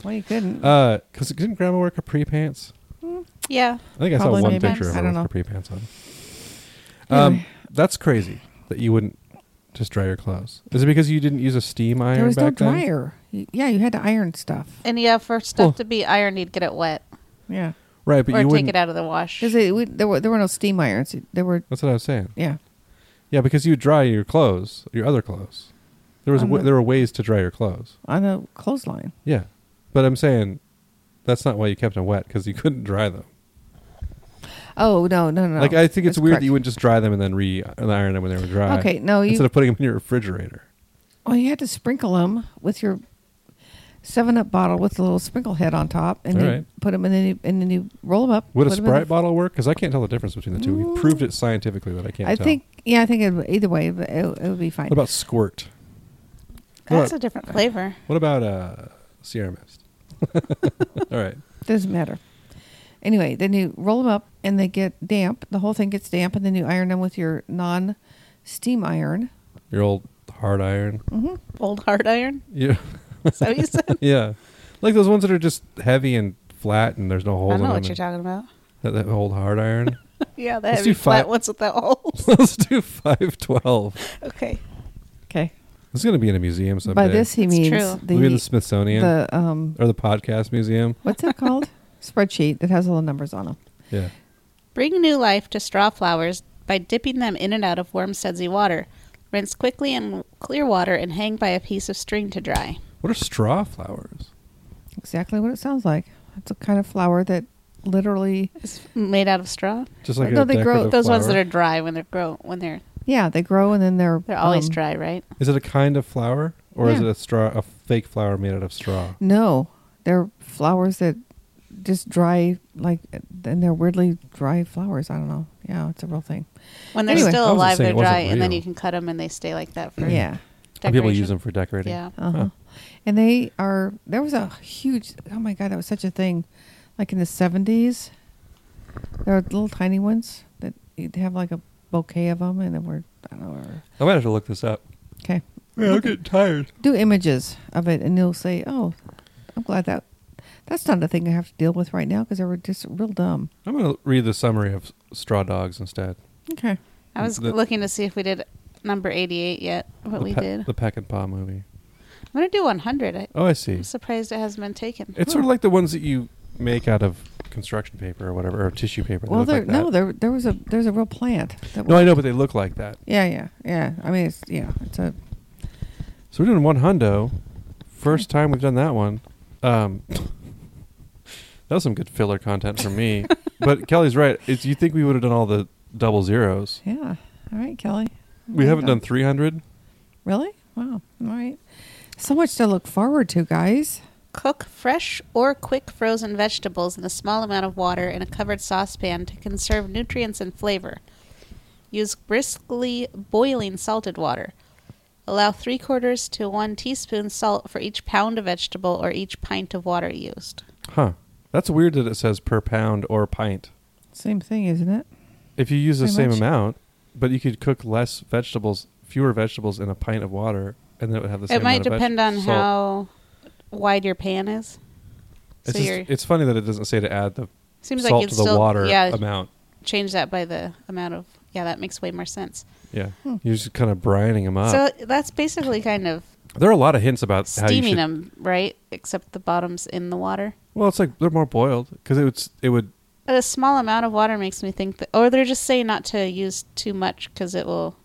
Speaker 2: well, you couldn't.
Speaker 1: Because Uh, didn't Grandma wear capri pants?
Speaker 3: Yeah.
Speaker 1: I think I
Speaker 2: Probably
Speaker 1: saw one
Speaker 2: maybe.
Speaker 1: picture of
Speaker 2: I
Speaker 1: her
Speaker 2: don't
Speaker 1: with
Speaker 2: know.
Speaker 1: capri pants on. Um,
Speaker 2: Anyway.
Speaker 1: That's crazy that you wouldn't just dry your clothes. Is it because you didn't use a steam iron
Speaker 2: there was no
Speaker 1: back then?
Speaker 2: dryer. You- Yeah, you had to iron stuff.
Speaker 3: And yeah, for stuff
Speaker 1: Well-
Speaker 3: to be ironed, you'd get it wet
Speaker 2: Yeah,
Speaker 1: Right, but
Speaker 3: or
Speaker 1: you
Speaker 3: take
Speaker 1: wouldn't.
Speaker 3: it out of the wash.
Speaker 2: because there were there were no steam irons. There were
Speaker 1: That's what I was saying.
Speaker 2: yeah.
Speaker 1: Yeah, because you would dry your clothes, your other clothes. There was
Speaker 2: On
Speaker 1: w-
Speaker 2: the-
Speaker 1: there were ways to dry your clothes.
Speaker 2: On a clothesline,
Speaker 1: Yeah, but I'm saying that's not why you kept them wet because you couldn't dry them.
Speaker 2: oh no, no, no!
Speaker 1: Like I think it's
Speaker 2: That's
Speaker 1: weird
Speaker 2: correct.
Speaker 1: that you wouldn't just dry them and then re and iron them when they were dry.
Speaker 2: Okay, no, you-
Speaker 1: instead of putting them in your refrigerator.
Speaker 2: Well, you had to sprinkle them with your Seven Up bottle with a little sprinkle head on top, and
Speaker 1: All
Speaker 2: then
Speaker 1: right.
Speaker 2: put them in, and you- and then you roll them up.
Speaker 1: Would a
Speaker 2: put 'em in the
Speaker 1: Sprite bottle work? Because I can't tell the difference between the two. We proved it scientifically that I can't.
Speaker 2: I
Speaker 1: tell.
Speaker 2: think yeah, I think it, either way, it, it would be fine.
Speaker 1: What about Squirt?
Speaker 3: That's
Speaker 1: What?
Speaker 3: a different flavor.
Speaker 1: What about uh, Sierra Mist? All right.
Speaker 2: Doesn't matter. Anyway, then you roll them up and they get damp. The whole thing gets damp, and then you iron them with your non steam iron.
Speaker 1: Your old hard iron.
Speaker 2: Mm-hmm.
Speaker 3: Old hard iron.
Speaker 1: Yeah.
Speaker 3: Is that what you said?
Speaker 1: yeah. Like those ones that are just heavy and flat and there's no holes
Speaker 3: I
Speaker 1: in
Speaker 3: know
Speaker 1: them.
Speaker 3: what you're
Speaker 1: and-
Speaker 3: talking about.
Speaker 1: That, that old hard iron.
Speaker 3: Yeah, the
Speaker 1: Let's
Speaker 3: heavy
Speaker 1: do
Speaker 3: flat
Speaker 1: five-
Speaker 3: ones without holes.
Speaker 1: Let's do 512.
Speaker 3: okay.
Speaker 2: Okay.
Speaker 1: It's going to be in a museum someday.
Speaker 2: By this, he
Speaker 3: It's
Speaker 2: means
Speaker 3: true.
Speaker 1: Maybe in the
Speaker 2: the
Speaker 1: Smithsonian
Speaker 2: the um
Speaker 1: or the podcast museum.
Speaker 2: what's it called spreadsheet that has all the numbers on them.
Speaker 1: Yeah.
Speaker 3: Bring new life to straw flowers by dipping them in and out of warm sudsy water. Rinse quickly in clear water and hang by a piece of string to dry.
Speaker 1: What are straw flowers?
Speaker 2: Exactly what it sounds like. It's a kind of flower that literally
Speaker 3: It's made out of straw.
Speaker 1: Just like
Speaker 2: No,
Speaker 1: a
Speaker 2: they grow-
Speaker 1: decorative
Speaker 3: Those ones that
Speaker 1: flower?
Speaker 3: are dry when they're grow when they're
Speaker 2: yeah they grow and then they're
Speaker 3: they're always
Speaker 2: um,
Speaker 3: dry, right?
Speaker 1: Is it a kind of flower or is it
Speaker 2: Yeah.
Speaker 1: a straw a fake flower made out of straw?
Speaker 3: Mm,
Speaker 2: No, they're flowers that just dry like and they're weirdly dry flowers. I don't know. Yeah, it's a real thing.
Speaker 3: When they're
Speaker 2: Anyway.
Speaker 1: I
Speaker 3: still
Speaker 1: wasn't
Speaker 3: alive,
Speaker 1: saying
Speaker 3: they're
Speaker 1: it wasn't
Speaker 3: dry, and then
Speaker 1: real.
Speaker 3: you can cut them and they stay like that for
Speaker 2: Yeah.
Speaker 1: And People use
Speaker 3: decoration.
Speaker 1: them for decorating.
Speaker 3: Yeah.
Speaker 2: Uh-huh.
Speaker 1: Huh.
Speaker 2: And they are there was a huge oh my god, that was such a thing. Like in the seventies. There were little tiny ones that you'd have like a bouquet of them and they were I don't know. or-
Speaker 1: I might have to look this up.
Speaker 2: okay.
Speaker 1: Yeah, I'm getting tired.
Speaker 2: Do images of it and you'll say, "Oh, I'm glad that that's not a thing I have to deal with right now because they were just real dumb."
Speaker 1: I'm going to read the summary of Straw Dogs instead.
Speaker 2: Okay.
Speaker 3: I was
Speaker 1: The-
Speaker 3: looking to see if we did number 88 yet, what
Speaker 1: the
Speaker 3: we
Speaker 1: Pe-
Speaker 3: did.
Speaker 1: the Peck and Paw movie.
Speaker 3: I'm going to do 100. I,
Speaker 1: Oh, I see.
Speaker 3: I'm surprised it hasn't been taken. Hmm.
Speaker 1: It's sort of like the ones that you make out of construction paper or whatever, or tissue paper. They
Speaker 2: Well,
Speaker 1: look
Speaker 2: there
Speaker 1: like that.
Speaker 2: no, there there was a there's a real plant. That
Speaker 1: No,
Speaker 2: was-
Speaker 1: I know, but they look like that.
Speaker 2: Yeah, yeah, yeah. I mean, it's yeah, it's a
Speaker 1: So we're doing one hundo. First time we've done that one. Um, that was some good filler content for me. but Kelly's right. It's, you think we would have done all the double zeros?
Speaker 2: yeah. All right, Kelly.
Speaker 1: We haven't
Speaker 2: done
Speaker 1: done
Speaker 2: three.
Speaker 1: 300.
Speaker 2: Really? Wow. All right. So much to look forward to, guys.
Speaker 3: Cook fresh or quick frozen vegetables in a small amount of water in a covered saucepan to conserve nutrients and flavor. Use briskly boiling salted water. Allow three quarters to one teaspoon salt for each pound of vegetable or each pint of water used.
Speaker 1: Huh. That's weird that it says per pound or pint.
Speaker 2: Same thing, isn't it?
Speaker 1: If you use the
Speaker 2: Pretty
Speaker 1: same
Speaker 2: much.
Speaker 1: amount, but you could cook less vegetables, fewer vegetables in a pint of water, and then it would have the same
Speaker 3: it might
Speaker 1: amount of veg-
Speaker 3: depend on
Speaker 1: salt.
Speaker 3: how wide your pan is.
Speaker 1: It's,
Speaker 3: so
Speaker 1: just-
Speaker 3: you're-
Speaker 1: it's funny that it doesn't say to add the
Speaker 3: Seems like
Speaker 1: salt
Speaker 3: you'd
Speaker 1: to the
Speaker 3: still
Speaker 1: water
Speaker 3: yeah,
Speaker 1: amount.
Speaker 3: change that by the amount of yeah, that makes way more sense.
Speaker 1: Yeah.
Speaker 3: Hmm.
Speaker 1: You're just kind of brining them up.
Speaker 3: So that's basically kind of
Speaker 1: There are a lot of hints about how you
Speaker 3: steaming
Speaker 1: should-
Speaker 3: them, right? Except the bottom's in the water.
Speaker 1: Well, it's like they're more boiled because it would s- it would
Speaker 3: But a small amount of water makes me think that, or they're just saying not to use too much because it will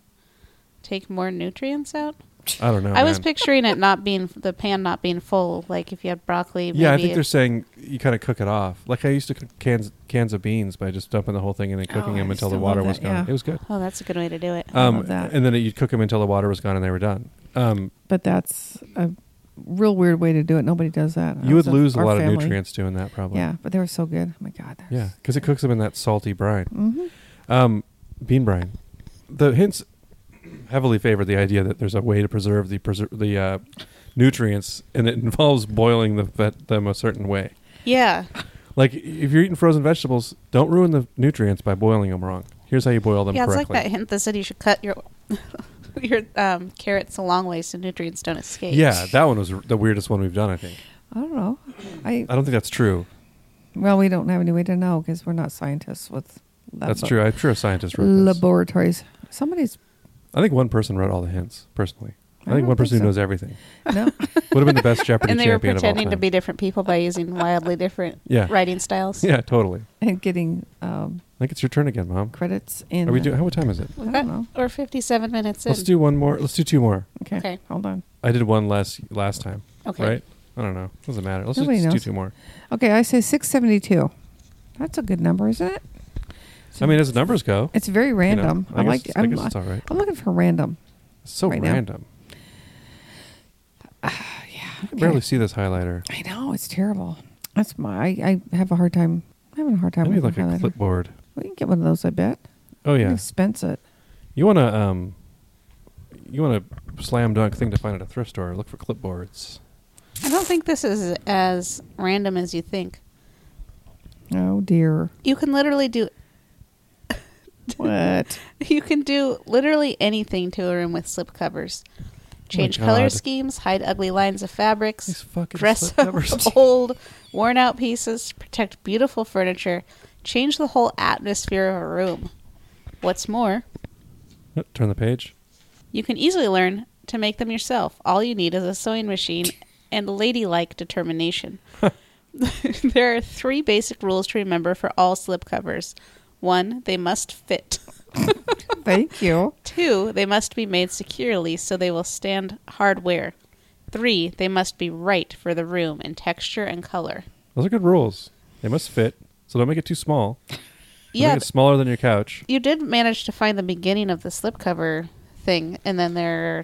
Speaker 3: take more nutrients out.
Speaker 1: I don't know.
Speaker 3: I was
Speaker 1: Oh, man.
Speaker 3: picturing it not being the pan not being full, like if you had broccoli. Maybe
Speaker 1: Yeah, I think
Speaker 3: it-
Speaker 1: they're saying you kind of cook it off. Like I used to cook cans cans of beans by just dumping the whole thing in and
Speaker 2: Oh,
Speaker 1: cooking
Speaker 2: I
Speaker 1: them until the
Speaker 2: still
Speaker 1: water
Speaker 2: love
Speaker 1: was
Speaker 2: that,
Speaker 1: gone.
Speaker 2: yeah.
Speaker 1: It was good.
Speaker 3: Oh, that's a good way to do it.
Speaker 2: I love
Speaker 1: Um,
Speaker 2: that.
Speaker 1: and then you cook them until the water was gone and they were done. Um,
Speaker 2: But that's a real weird way to do it. Nobody does that.
Speaker 1: you would
Speaker 2: Our-
Speaker 1: lose a
Speaker 2: our
Speaker 1: lot of
Speaker 2: family.
Speaker 1: nutrients doing that, probably.
Speaker 2: Yeah, but they were so good. Oh my God. they're
Speaker 1: yeah,
Speaker 2: so-
Speaker 1: because it cooks them in that salty brine.
Speaker 2: Mhm.
Speaker 3: Mm-hmm.
Speaker 1: Um, bean brine. The hints heavily favor the idea that there's a way to preserve the preser- the uh, nutrients, and it involves boiling the vet- them a certain way.
Speaker 3: yeah,
Speaker 1: Like if you're eating frozen vegetables, don't ruin the nutrients by boiling them wrong. Here's how you boil them
Speaker 3: yeah. It's
Speaker 1: correctly.
Speaker 3: like that hint that said you should cut your your um, carrots a long way so nutrients don't escape.
Speaker 1: Yeah, that one was r- the weirdest one we've done. I think.
Speaker 2: I don't know. I
Speaker 1: I don't think that's true.
Speaker 2: well, we don't have any way to know because we're not scientists with. lab-
Speaker 1: That's true. I'm sure a scientist wrote this.
Speaker 2: Laboratories. Somebody's
Speaker 1: I think one person wrote all the hints. Personally, I,
Speaker 2: I
Speaker 1: think
Speaker 2: don't
Speaker 1: one person
Speaker 2: think
Speaker 1: who
Speaker 2: so.
Speaker 1: knows everything
Speaker 2: no.
Speaker 1: would have been the best Jeopardy
Speaker 3: and they were
Speaker 1: champion of all
Speaker 3: pretending to
Speaker 1: time.
Speaker 3: be different people by using wildly different
Speaker 1: Yeah.
Speaker 3: writing styles.
Speaker 1: yeah, totally.
Speaker 2: and getting um,
Speaker 1: I think it's your turn again, Mom.
Speaker 2: credits in.
Speaker 1: Are we doing? How what time is it?
Speaker 2: I don't know.
Speaker 3: Or fifty-seven minutes
Speaker 1: Let's
Speaker 3: in.
Speaker 1: do one more. Let's do two more.
Speaker 2: Okay.
Speaker 3: Okay.
Speaker 2: Hold on.
Speaker 1: I did one last last time.
Speaker 3: Okay.
Speaker 1: Right. I don't know. Doesn't matter. Let's
Speaker 2: Nobody
Speaker 1: just do
Speaker 2: knows.
Speaker 1: two more.
Speaker 2: Okay, I say 672. That's a good number, isn't it?
Speaker 1: I mean, as the numbers go,
Speaker 2: It's very
Speaker 1: you know,
Speaker 2: random.
Speaker 1: I,
Speaker 2: I,
Speaker 1: guess,
Speaker 2: like.
Speaker 1: I
Speaker 2: I'm,
Speaker 1: guess it's all right.
Speaker 2: I'm looking for random.
Speaker 1: It's so
Speaker 2: right now.
Speaker 1: random. I can
Speaker 2: okay.
Speaker 1: barely see this highlighter.
Speaker 2: I know it's terrible. That's my. I, I have a hard time. I'm having a hard
Speaker 1: I
Speaker 2: time
Speaker 1: need
Speaker 2: with
Speaker 1: like
Speaker 2: like
Speaker 1: a
Speaker 2: highlighter.
Speaker 1: clipboard.
Speaker 2: We can get one of those. I bet.
Speaker 1: Oh
Speaker 2: You can
Speaker 1: yeah.
Speaker 2: Expense it.
Speaker 1: You want to um, you want a slam dunk thing to find at a thrift store. Look for clipboards.
Speaker 3: I don't think this is as random as you think.
Speaker 2: Oh dear.
Speaker 3: You can literally do
Speaker 2: What?
Speaker 3: you can do literally anything to a room with slip covers. Change
Speaker 1: Oh God.
Speaker 3: color schemes, hide ugly lines of
Speaker 1: These
Speaker 3: fabrics,
Speaker 1: fucking
Speaker 3: dress
Speaker 1: slip Oh.
Speaker 3: up
Speaker 1: covers.
Speaker 3: old, worn out pieces, protect beautiful furniture, change the whole atmosphere of a room. What's more,
Speaker 1: Turn the page.
Speaker 3: you can easily learn to make them yourself. All you need is a sewing machine and ladylike determination. there are three basic rules to remember for all slipcovers. One, they must fit.
Speaker 2: Thank you.
Speaker 3: Two, they must be made securely so they will stand hard wear. Three, they must be right for the room in texture and color.
Speaker 1: Those are good rules. They must fit. So don't make it too small. Don't
Speaker 3: Yeah,
Speaker 1: Make it smaller than your couch.
Speaker 3: you did manage to find the beginning of the slipcover thing, and then there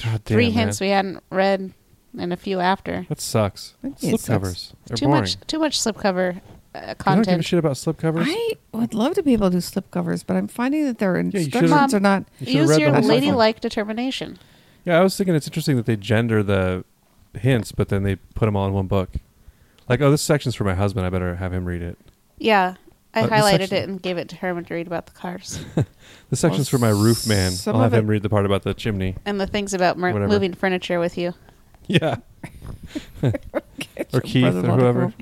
Speaker 3: are
Speaker 1: God damn,
Speaker 3: three
Speaker 1: man.
Speaker 3: hints we hadn't read and a few after.
Speaker 1: That sucks.
Speaker 2: It
Speaker 1: Slip
Speaker 2: sucks.
Speaker 1: covers. They're
Speaker 3: too
Speaker 1: boring.
Speaker 3: much too much slipcover uh,
Speaker 1: You don't give a
Speaker 3: content.
Speaker 1: shit about slip covers.
Speaker 2: I would love to be able to do slip covers, but I'm finding that their
Speaker 1: you should've-
Speaker 2: instructions are not.
Speaker 1: You should've
Speaker 3: Use
Speaker 1: read the
Speaker 3: your
Speaker 1: whole thing.
Speaker 3: ladylike determination.
Speaker 1: Yeah, I was thinking it's interesting that they gender the hints, but then they put them all in one book. Like, oh, this section's for my husband. I better have him read it.
Speaker 3: Yeah, I
Speaker 1: Uh, this
Speaker 3: highlighted
Speaker 1: section-
Speaker 3: it and gave it to Herman to read about the cars
Speaker 1: This section's for my roof man.
Speaker 2: some
Speaker 1: I'll have
Speaker 2: of
Speaker 1: him
Speaker 2: it-
Speaker 1: read the part about the chimney.
Speaker 3: and the things about mer-
Speaker 1: Whatever.
Speaker 3: moving furniture with you.
Speaker 1: Yeah. or Keith or
Speaker 2: brother-in-law to go-
Speaker 1: whoever.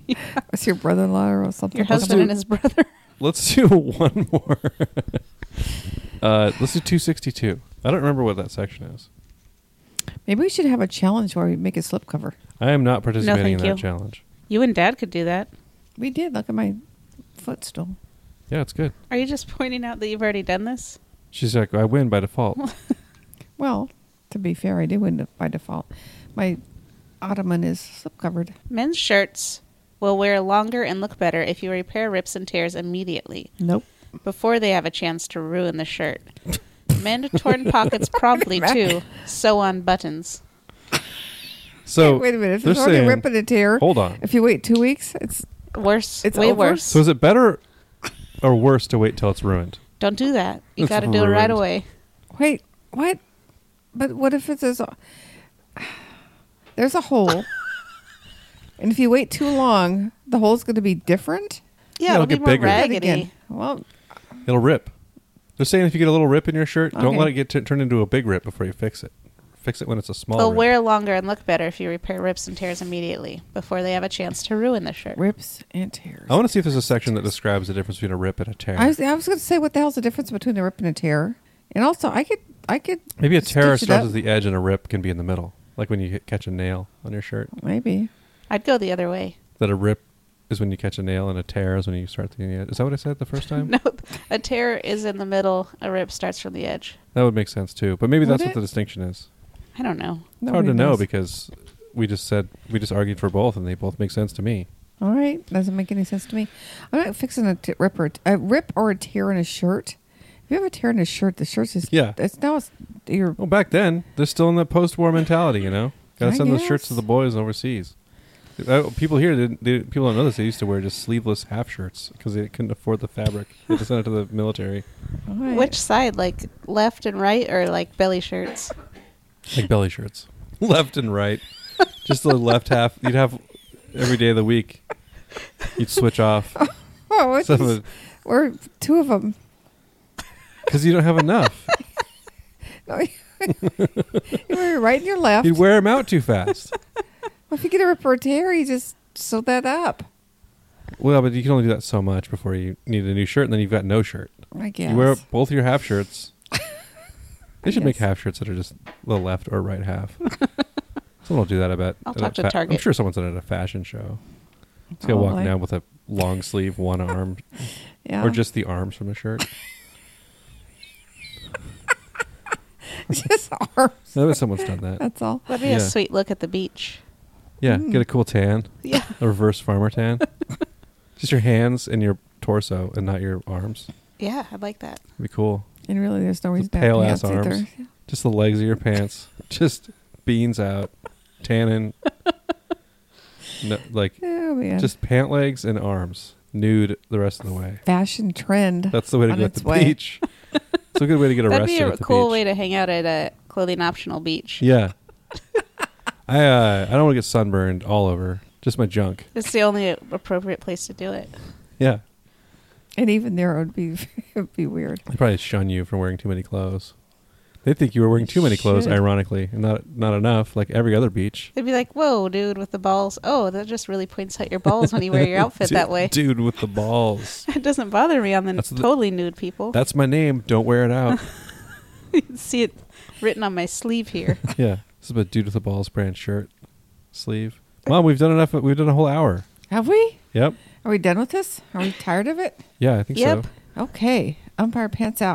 Speaker 2: It's your brother-in-law or something.
Speaker 3: Your
Speaker 2: Come
Speaker 3: husband
Speaker 2: on.
Speaker 3: and his brother.
Speaker 1: Let's do one more. uh, let's do 262. I don't remember what that section is.
Speaker 2: Maybe we should have a challenge where we make a slipcover.
Speaker 1: I am not participating in
Speaker 3: thank
Speaker 1: that
Speaker 3: you.
Speaker 1: challenge.
Speaker 3: You and Dad could do that.
Speaker 2: We did. Look at my footstool.
Speaker 1: Yeah, it's good.
Speaker 3: Are you just pointing out that you've already done this?
Speaker 1: She's like, I win by default.
Speaker 2: Well, to be fair, I did win by default. My ottoman is slipcovered.
Speaker 3: Men's shirts will wear longer and look better if you repair rips and tears immediately
Speaker 2: Nope.
Speaker 3: before they have a chance to ruin the shirt. Mend torn pockets promptly too. Sew on buttons.
Speaker 1: So
Speaker 2: wait a minute. If
Speaker 1: they're
Speaker 2: it's already
Speaker 1: saying-
Speaker 2: ripping a tear,
Speaker 1: Hold on.
Speaker 2: if you wait two weeks, it's
Speaker 3: Worse,
Speaker 2: It's
Speaker 3: way
Speaker 2: over?
Speaker 3: worse.
Speaker 1: So is it better or worse to wait till it's ruined?
Speaker 3: Don't do that. You
Speaker 1: It's
Speaker 3: got to do it right
Speaker 1: ruined.
Speaker 3: away.
Speaker 2: wait what? But what if it's as there's a hole, and if you wait too long, the hole's going to be different.
Speaker 3: Yeah,
Speaker 1: it'll
Speaker 3: it'll be
Speaker 1: get
Speaker 3: more
Speaker 1: bigger.
Speaker 2: Try it
Speaker 3: raggedy.
Speaker 2: again. Well,
Speaker 1: It'll rip. They're saying if you get a little rip in your shirt, don't
Speaker 2: Okay.
Speaker 1: let it get t- turned into a big rip before you fix it. Fix it when it's a small
Speaker 3: They'll
Speaker 1: rip.
Speaker 3: wear longer and look better if you repair rips and tears immediately before they have a chance to ruin the shirt.
Speaker 2: rips and tears.
Speaker 1: I want to see if there's a section that describes the difference between a rip and a tear.
Speaker 2: I was, I was going to say, what the hell's the difference between a rip and a tear? And also, I could, I could
Speaker 1: Maybe a tear
Speaker 2: stitch it up.
Speaker 1: starts at the edge and a rip can be in the middle, like when you hit, catch a nail on your shirt.
Speaker 2: Maybe.
Speaker 3: I'd go the other way.
Speaker 1: That a rip is when you catch a nail and a tear is when you start the edge. Is that what I said the first time?
Speaker 3: No, a tear is in the middle. A rip starts from the edge.
Speaker 1: That would make sense too. But maybe
Speaker 2: Would
Speaker 1: that's what
Speaker 2: it?
Speaker 1: the distinction is.
Speaker 3: I don't know.
Speaker 1: It's
Speaker 2: Nobody
Speaker 1: hard to know
Speaker 2: knows.
Speaker 1: because we just said we just argued for both and they both make sense to me.
Speaker 2: All right, doesn't make any sense to me. I'm not fixing a t- rip or a, t- a rip or a tear in a shirt. If you have a tear in a shirt, the shirt's just
Speaker 1: Yeah. Oh.
Speaker 2: It's now it's your
Speaker 1: Well, back then, they're still in that post-war mentality, you know. Got to
Speaker 2: I
Speaker 1: send those shirts
Speaker 2: guess.
Speaker 1: to the boys overseas. Uh, people here, didn't, they, people don't know this. They used to wear just sleeveless half shirts because they couldn't afford the fabric. they had to send it to the military,
Speaker 2: all right.
Speaker 3: Which side, like left and right, or like belly shirts?
Speaker 1: like belly shirts, left and right. Just the left half. You'd have every day of the week. You'd switch off
Speaker 2: oh, it's
Speaker 1: some of it
Speaker 2: or two of them.
Speaker 1: because you don't have enough.
Speaker 2: you Oh, were right in your left.
Speaker 1: You'd wear them out too fast.
Speaker 2: Well, if you get a rip or a tear, you just sew that up.
Speaker 1: Well, but you can only do that so much before you need a new shirt, and then you've got no shirt.
Speaker 2: I guess.
Speaker 1: You wear both your half shirts. they should make
Speaker 2: guess.
Speaker 1: half shirts that are just the left or right half. Someone will do that, I bet.
Speaker 3: I'll
Speaker 1: at
Speaker 3: talk
Speaker 1: a
Speaker 3: to
Speaker 1: I'm
Speaker 3: Target.
Speaker 1: sure someone's done it at a fashion show. It's gonna walk
Speaker 2: Probably.
Speaker 1: down with a long sleeve, one arm,
Speaker 2: yeah.
Speaker 1: or just the arms from a shirt.
Speaker 2: just arms.
Speaker 1: I bet someone's done that.
Speaker 2: That's all.
Speaker 3: That'd be
Speaker 1: Yeah.
Speaker 3: a sweet look at the beach.
Speaker 1: Yeah, get a cool tan,
Speaker 3: mm. Yeah,
Speaker 1: a reverse farmer tan. just your hands and your torso, and not your arms.
Speaker 3: yeah, I'd like that.
Speaker 1: It'd be cool.
Speaker 2: And really, there's no reason to have
Speaker 1: pale ass
Speaker 2: pants either.
Speaker 1: arms. Just the legs of your pants, just beans out, tanning. No, like
Speaker 2: Oh man.
Speaker 1: Just pant legs and arms, nude the rest of the way.
Speaker 2: fashion trend.
Speaker 1: That's the way to
Speaker 2: On
Speaker 1: go at
Speaker 2: its
Speaker 1: the
Speaker 2: way.
Speaker 1: beach. It's a good way to get
Speaker 3: That'd
Speaker 1: arrested
Speaker 3: be a
Speaker 1: at the
Speaker 3: cool
Speaker 1: beach.
Speaker 3: way to hang out at a clothing optional beach.
Speaker 1: yeah. I uh, I don't want to get sunburned all over. Just my junk.
Speaker 3: It's the only appropriate place to do it.
Speaker 1: Yeah.
Speaker 2: and even there, it would be it would be weird.
Speaker 1: They probably shun you for wearing too many clothes. They think you were wearing too many clothes,
Speaker 2: Should.
Speaker 1: ironically, and not not enough, like every other beach.
Speaker 3: They'd be like, "Whoa, dude, with the balls! Oh, that just really points out your balls when you wear your outfit
Speaker 1: Dude-
Speaker 3: that way."
Speaker 1: Dude with the balls.
Speaker 3: It doesn't bother me on the
Speaker 1: That's the-
Speaker 3: totally nude people.
Speaker 1: That's my name. Don't wear it out.
Speaker 3: you can see it written on my sleeve here.
Speaker 1: yeah. This is a dude with the balls brand shirt sleeve. Mom, we've done enough. We've done a whole hour.
Speaker 2: Have we?
Speaker 1: Yep.
Speaker 2: Are we done with this? Are we tired of it?
Speaker 1: Yeah, I think
Speaker 3: Yep.
Speaker 1: so.
Speaker 2: Okay. Umpire pants out.